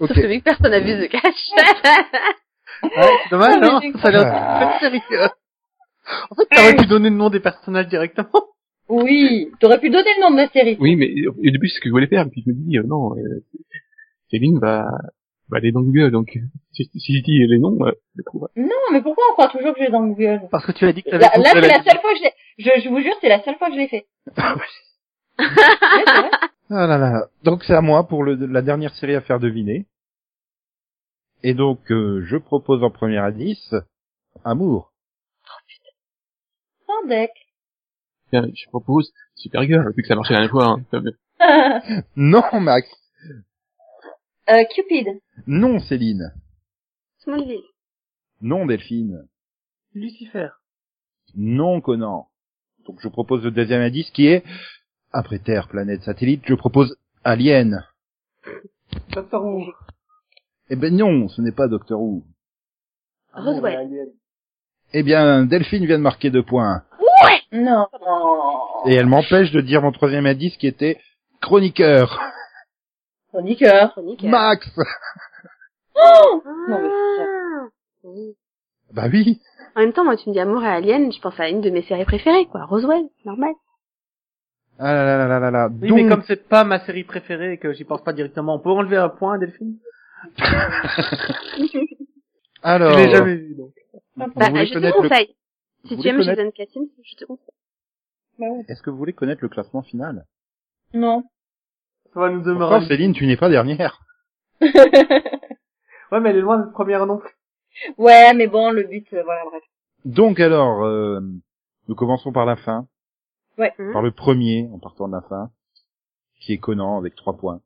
Ok. que vu que personne n'a vu The Catch. *laughs* Ouais, c'est dommage, Ah, hein mais j'ai- Ça a Ah. l'air très sérieux. En fait, t'aurais pu donner le nom des personnages directement. Oui, t'aurais pu donner le nom de la série. Oui, mais euh, au début, c'est ce que je voulais faire, et puis je me dis, euh, non, euh, Céline va, va aller dans Google, donc, *laughs* si, si je dis les noms, euh, je les trouve. Non, mais pourquoi on croit toujours que j'ai dans Google Parce que tu as Eh dit que ben, Là, t'avais là, compris c'est la la- seule fois que je l'ai... Je, je vous jure, c'est la seule fois que je l'ai fait. *laughs* Ouais, c'est vrai. Ah là là. Donc c'est à moi pour le, la dernière série à faire deviner. Et donc, euh, je propose en premier indice, Amour. Sandec. Tiens, je propose Supergirl, vu que ça marchait la dernière fois, hein. Non, Max *laughs* Euh, Cupid. Non, Céline. Smallville. Non, Delphine. Lucifer. Non, Conan. Donc je propose le deuxième indice qui est, après Terre, planète, satellite, je propose Alien. Docteur Who. Eh ben non, ce n'est pas Doctor Who. Ah Roswell. bon, Alien. Eh bien, Delphine vient de marquer deux points. Non. Oh. Et elle m'empêche de dire mon troisième indice qui était chroniqueur. Chroniqueur. Chronique. Max Oh Non, mais Ah. Oui. Bah oui En même temps, moi, tu me dis Amour et Alien, je pense à une de mes séries préférées, quoi. Roswell, normal. Ah là là là là là là. *laughs* Oui, Donc, mais comme c'est pas ma série préférée et que j'y pense pas directement, on peut enlever un point, Delphine? alors, Je l'ai jamais vu, donc. vous Bah, voulez je te connaître le- conseille. Si vous tu aimes voulez Jason Katzin, je te conseille. est-ce que vous voulez connaître le classement final non. *laughs* Ça va nous Pourtant, demeurer. Céline, tu n'es pas dernière. Ouais, mais elle est loin d'être première non plus. ouais, mais bon, le but, euh, voilà, bref. Donc alors, euh, nous commençons par la fin, Ouais. par le premier, en partant de la fin, qui est Conan avec trois points.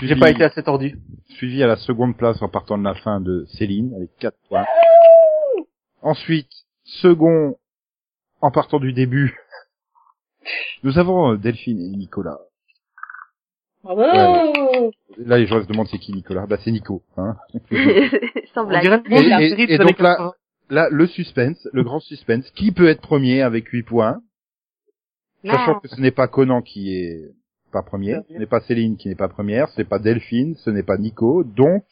J'ai pas été assez tordu. suivi à la seconde place en partant de la fin de Céline avec 4 points. Ensuite, second en partant du début. *laughs* Nous avons euh, Delphine et Nicolas. Bravo. Là, les gens se demandent c'est qui Nicolas. Bah c'est Nico. Hein. *laughs* Sans On blague. dirait le nom de la Et- et- série des et donc années là- 80. Là, le suspense, le grand suspense. Qui peut être premier avec 8 points Sachant Ah. que ce n'est pas Conan qui est pas premier, ce n'est pas Céline qui n'est pas première, ce n'est pas Delphine, ce n'est pas Nico, donc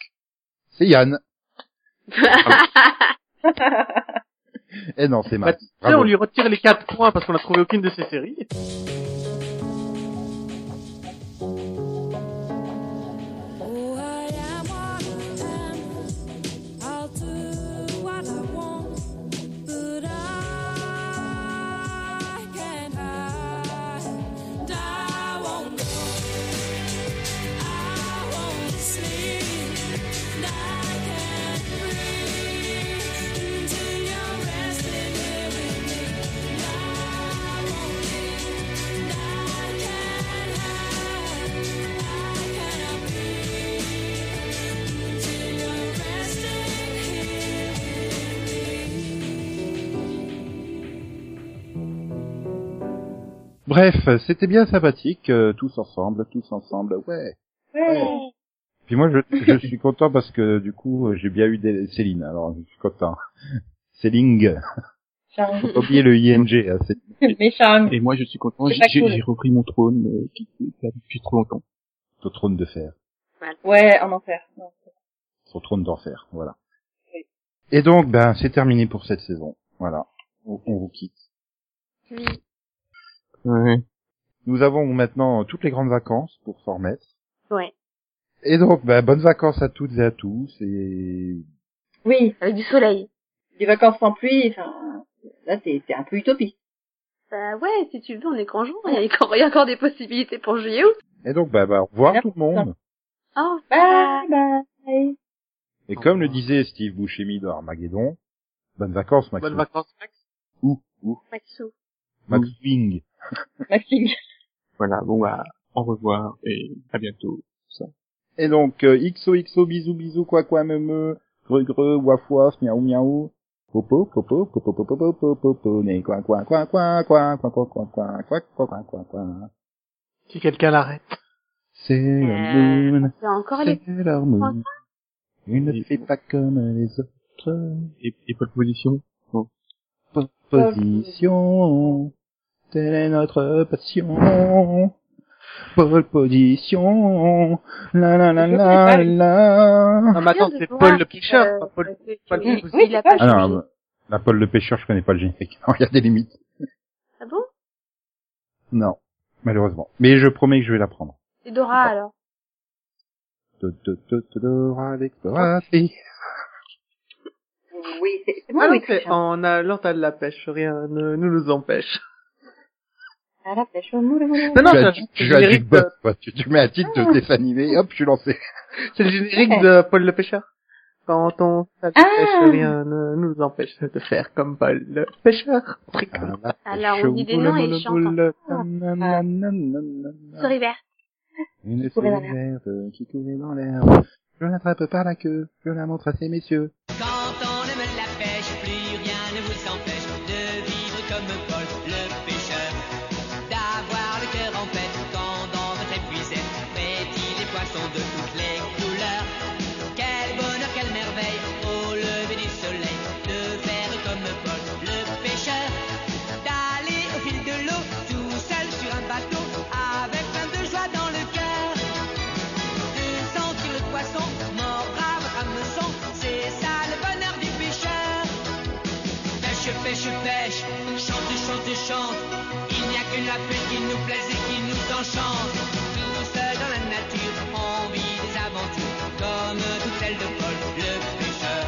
c'est Yann. Eh non, c'est Max. Bah, tu sais, Bravo. on lui retire les 4 points parce qu'on a trouvé aucune de ses séries. Oh, I am what I am. I'll do what I want, but I can't hide. I won't go. I won't sleep. And I can't breathe until you're resting here with me. And I won't leave. And I can't hide. I cannot Till you're resting here Bref, c'était bien sympathique, euh, tous ensemble, tous ensemble, ouais. Puis moi, je, je suis content parce que du coup, euh, j'ai bien eu des- Céline, alors je suis content. Céline, *laughs* Charles. faut pas oublier le ING. hein, c'est- Mais Charles. Et moi, je suis content, C'est j'ai pas j'ai- cool. j'ai repris mon trône euh, qui qui- qui- depuis trop longtemps. Son trône de fer, *laughs* Ouais, en enfer. Non. son trône d'enfer, voilà. Oui. Et donc, ben, c'est terminé pour cette saison, voilà. On, on vous quitte. Ouais. Nous avons maintenant toutes les grandes vacances pour s'en remettre. Ouais. Et donc, ben, bonnes vacances à toutes et à tous. Et Oui, Avec du soleil. des vacances sans pluie, enfin, là, c'est c'est un peu utopie. Bah ouais, si tu veux, on est grand jour. Il y a encore, il y a encore des possibilités pour juillet août. et donc, ben, ben, au revoir Merci. tout le monde. Oh, Bye bye. Et comme le disait Steve Buscemi dans Armageddon, bonnes vacances, Max. Bonnes vacances, Max. Ou, ou, Maxou. Max Wing. Maxime. Voilà, bon, bah, au revoir et à bientôt. Et donc, euh, XOXO, bisous, bisous, quoi, quoi, me, me, greu, greu, waf, waf, miaou, miaou. Popo, popo, popo, popo, popo, popo, né, quoi, quoi, quoi, quoi, quoi, quoi, quoi, quoi, quoi, quoi, quoi, quoi, quoi, quoi. Si quelqu'un l'arrête. C'est le moon, Il y a Euh, encore les... c'est leur moon. Il ne fait pas comme les autres Et, et pole position. positions. Telle est notre passion. Pole position. La la la la la. Non, Ah, mais attends, Rien de c'est voir Paul le que- pêcheur, pas Paul. que- pas le- que- Oui, qu'il a c'est pas Ah changé. non, euh, la pole de pêcheur, je connais pas le générique. *laughs* Il y a des limites. Ah bon Non, malheureusement. Mais je promets que je vais l'apprendre. C'est Dora, alors. Dora l'exploratrice. Oui, c'est c'est Ah moi, non, oui, c'est Christian. en allant à la pêche, rien ne ne nous empêche. À la pêche, au moule, au moule, au Non, moule. non, Tu c'est as- un- c'est tu le as du générique bot, de, quoi. Tu, tu mets un titre de dessin animé, hop, je suis lancé. c'est le générique de Paul le pêcheur. Quand on à la Ah. pêche, rien ne nous empêche de faire comme Paul le pêcheur. Très Ah, cool. hein. Alors, on dit des noms et ils chantent. Nananananana. Souris verte. Une courait dans souris verte qui courait dans l'herbe. Je l'attrape par la queue, je la montre à ces messieurs. Quand on aime la pêche, plus rien ne vous empêche de vivre comme Paul le pêcheur, d'avoir le cœur en paix quand dans votre épuisette mettez les poissons de toutes les couleurs. Quel bonheur, quelle merveille au lever du soleil de faire comme Paul le pêcheur, d'aller au fil de l'eau tout seul sur un bateau avec plein de joie dans le cœur. De sentir le poisson mort à votre hameçon, c'est ça le bonheur du pêcheur. Pêche, pêche, pêche, chante, chante, chante. Il n'y a que la pêche qui nous plaise et qui nous enchante. Tout seul dans la nature, on vit des aventures comme toutes celles de Paul le pêcheur.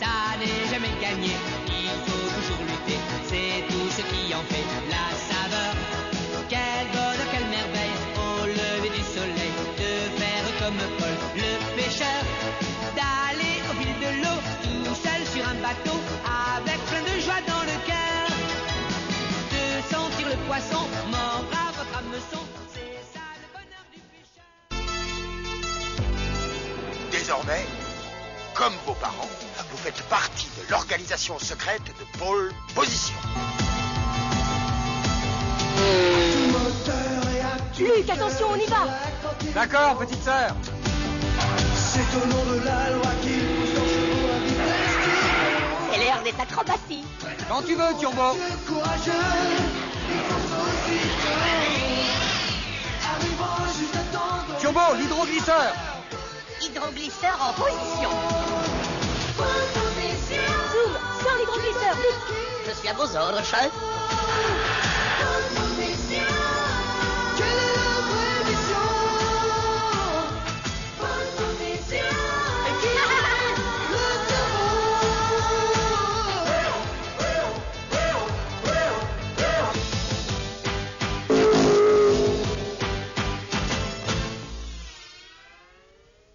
Ça n'est jamais gagné, il faut toujours lutter, c'est tout ce qui en fait la saveur. Quel bonheur, quelle merveille au lever du soleil de faire comme Paul le pêcheur, d'aller au fil de l'eau tout seul sur un bateau avec plein de joie dans le cœur, de sentir le poisson mort à votre hameçon. c'est ça le bonheur du pêcheur. Désormais, comme vos parents, vous faites partie de l'organisation secrète de Pôle Position. Luc, attention, on y va D'accord, petite sœur C'est l'heure des acrobaties Quand tu veux, Turbo Turbo, l'hydroglisseur Hydroglisseur en position Zoom Sur l'hydroglisseur, vite Je suis à vos ordres, chef.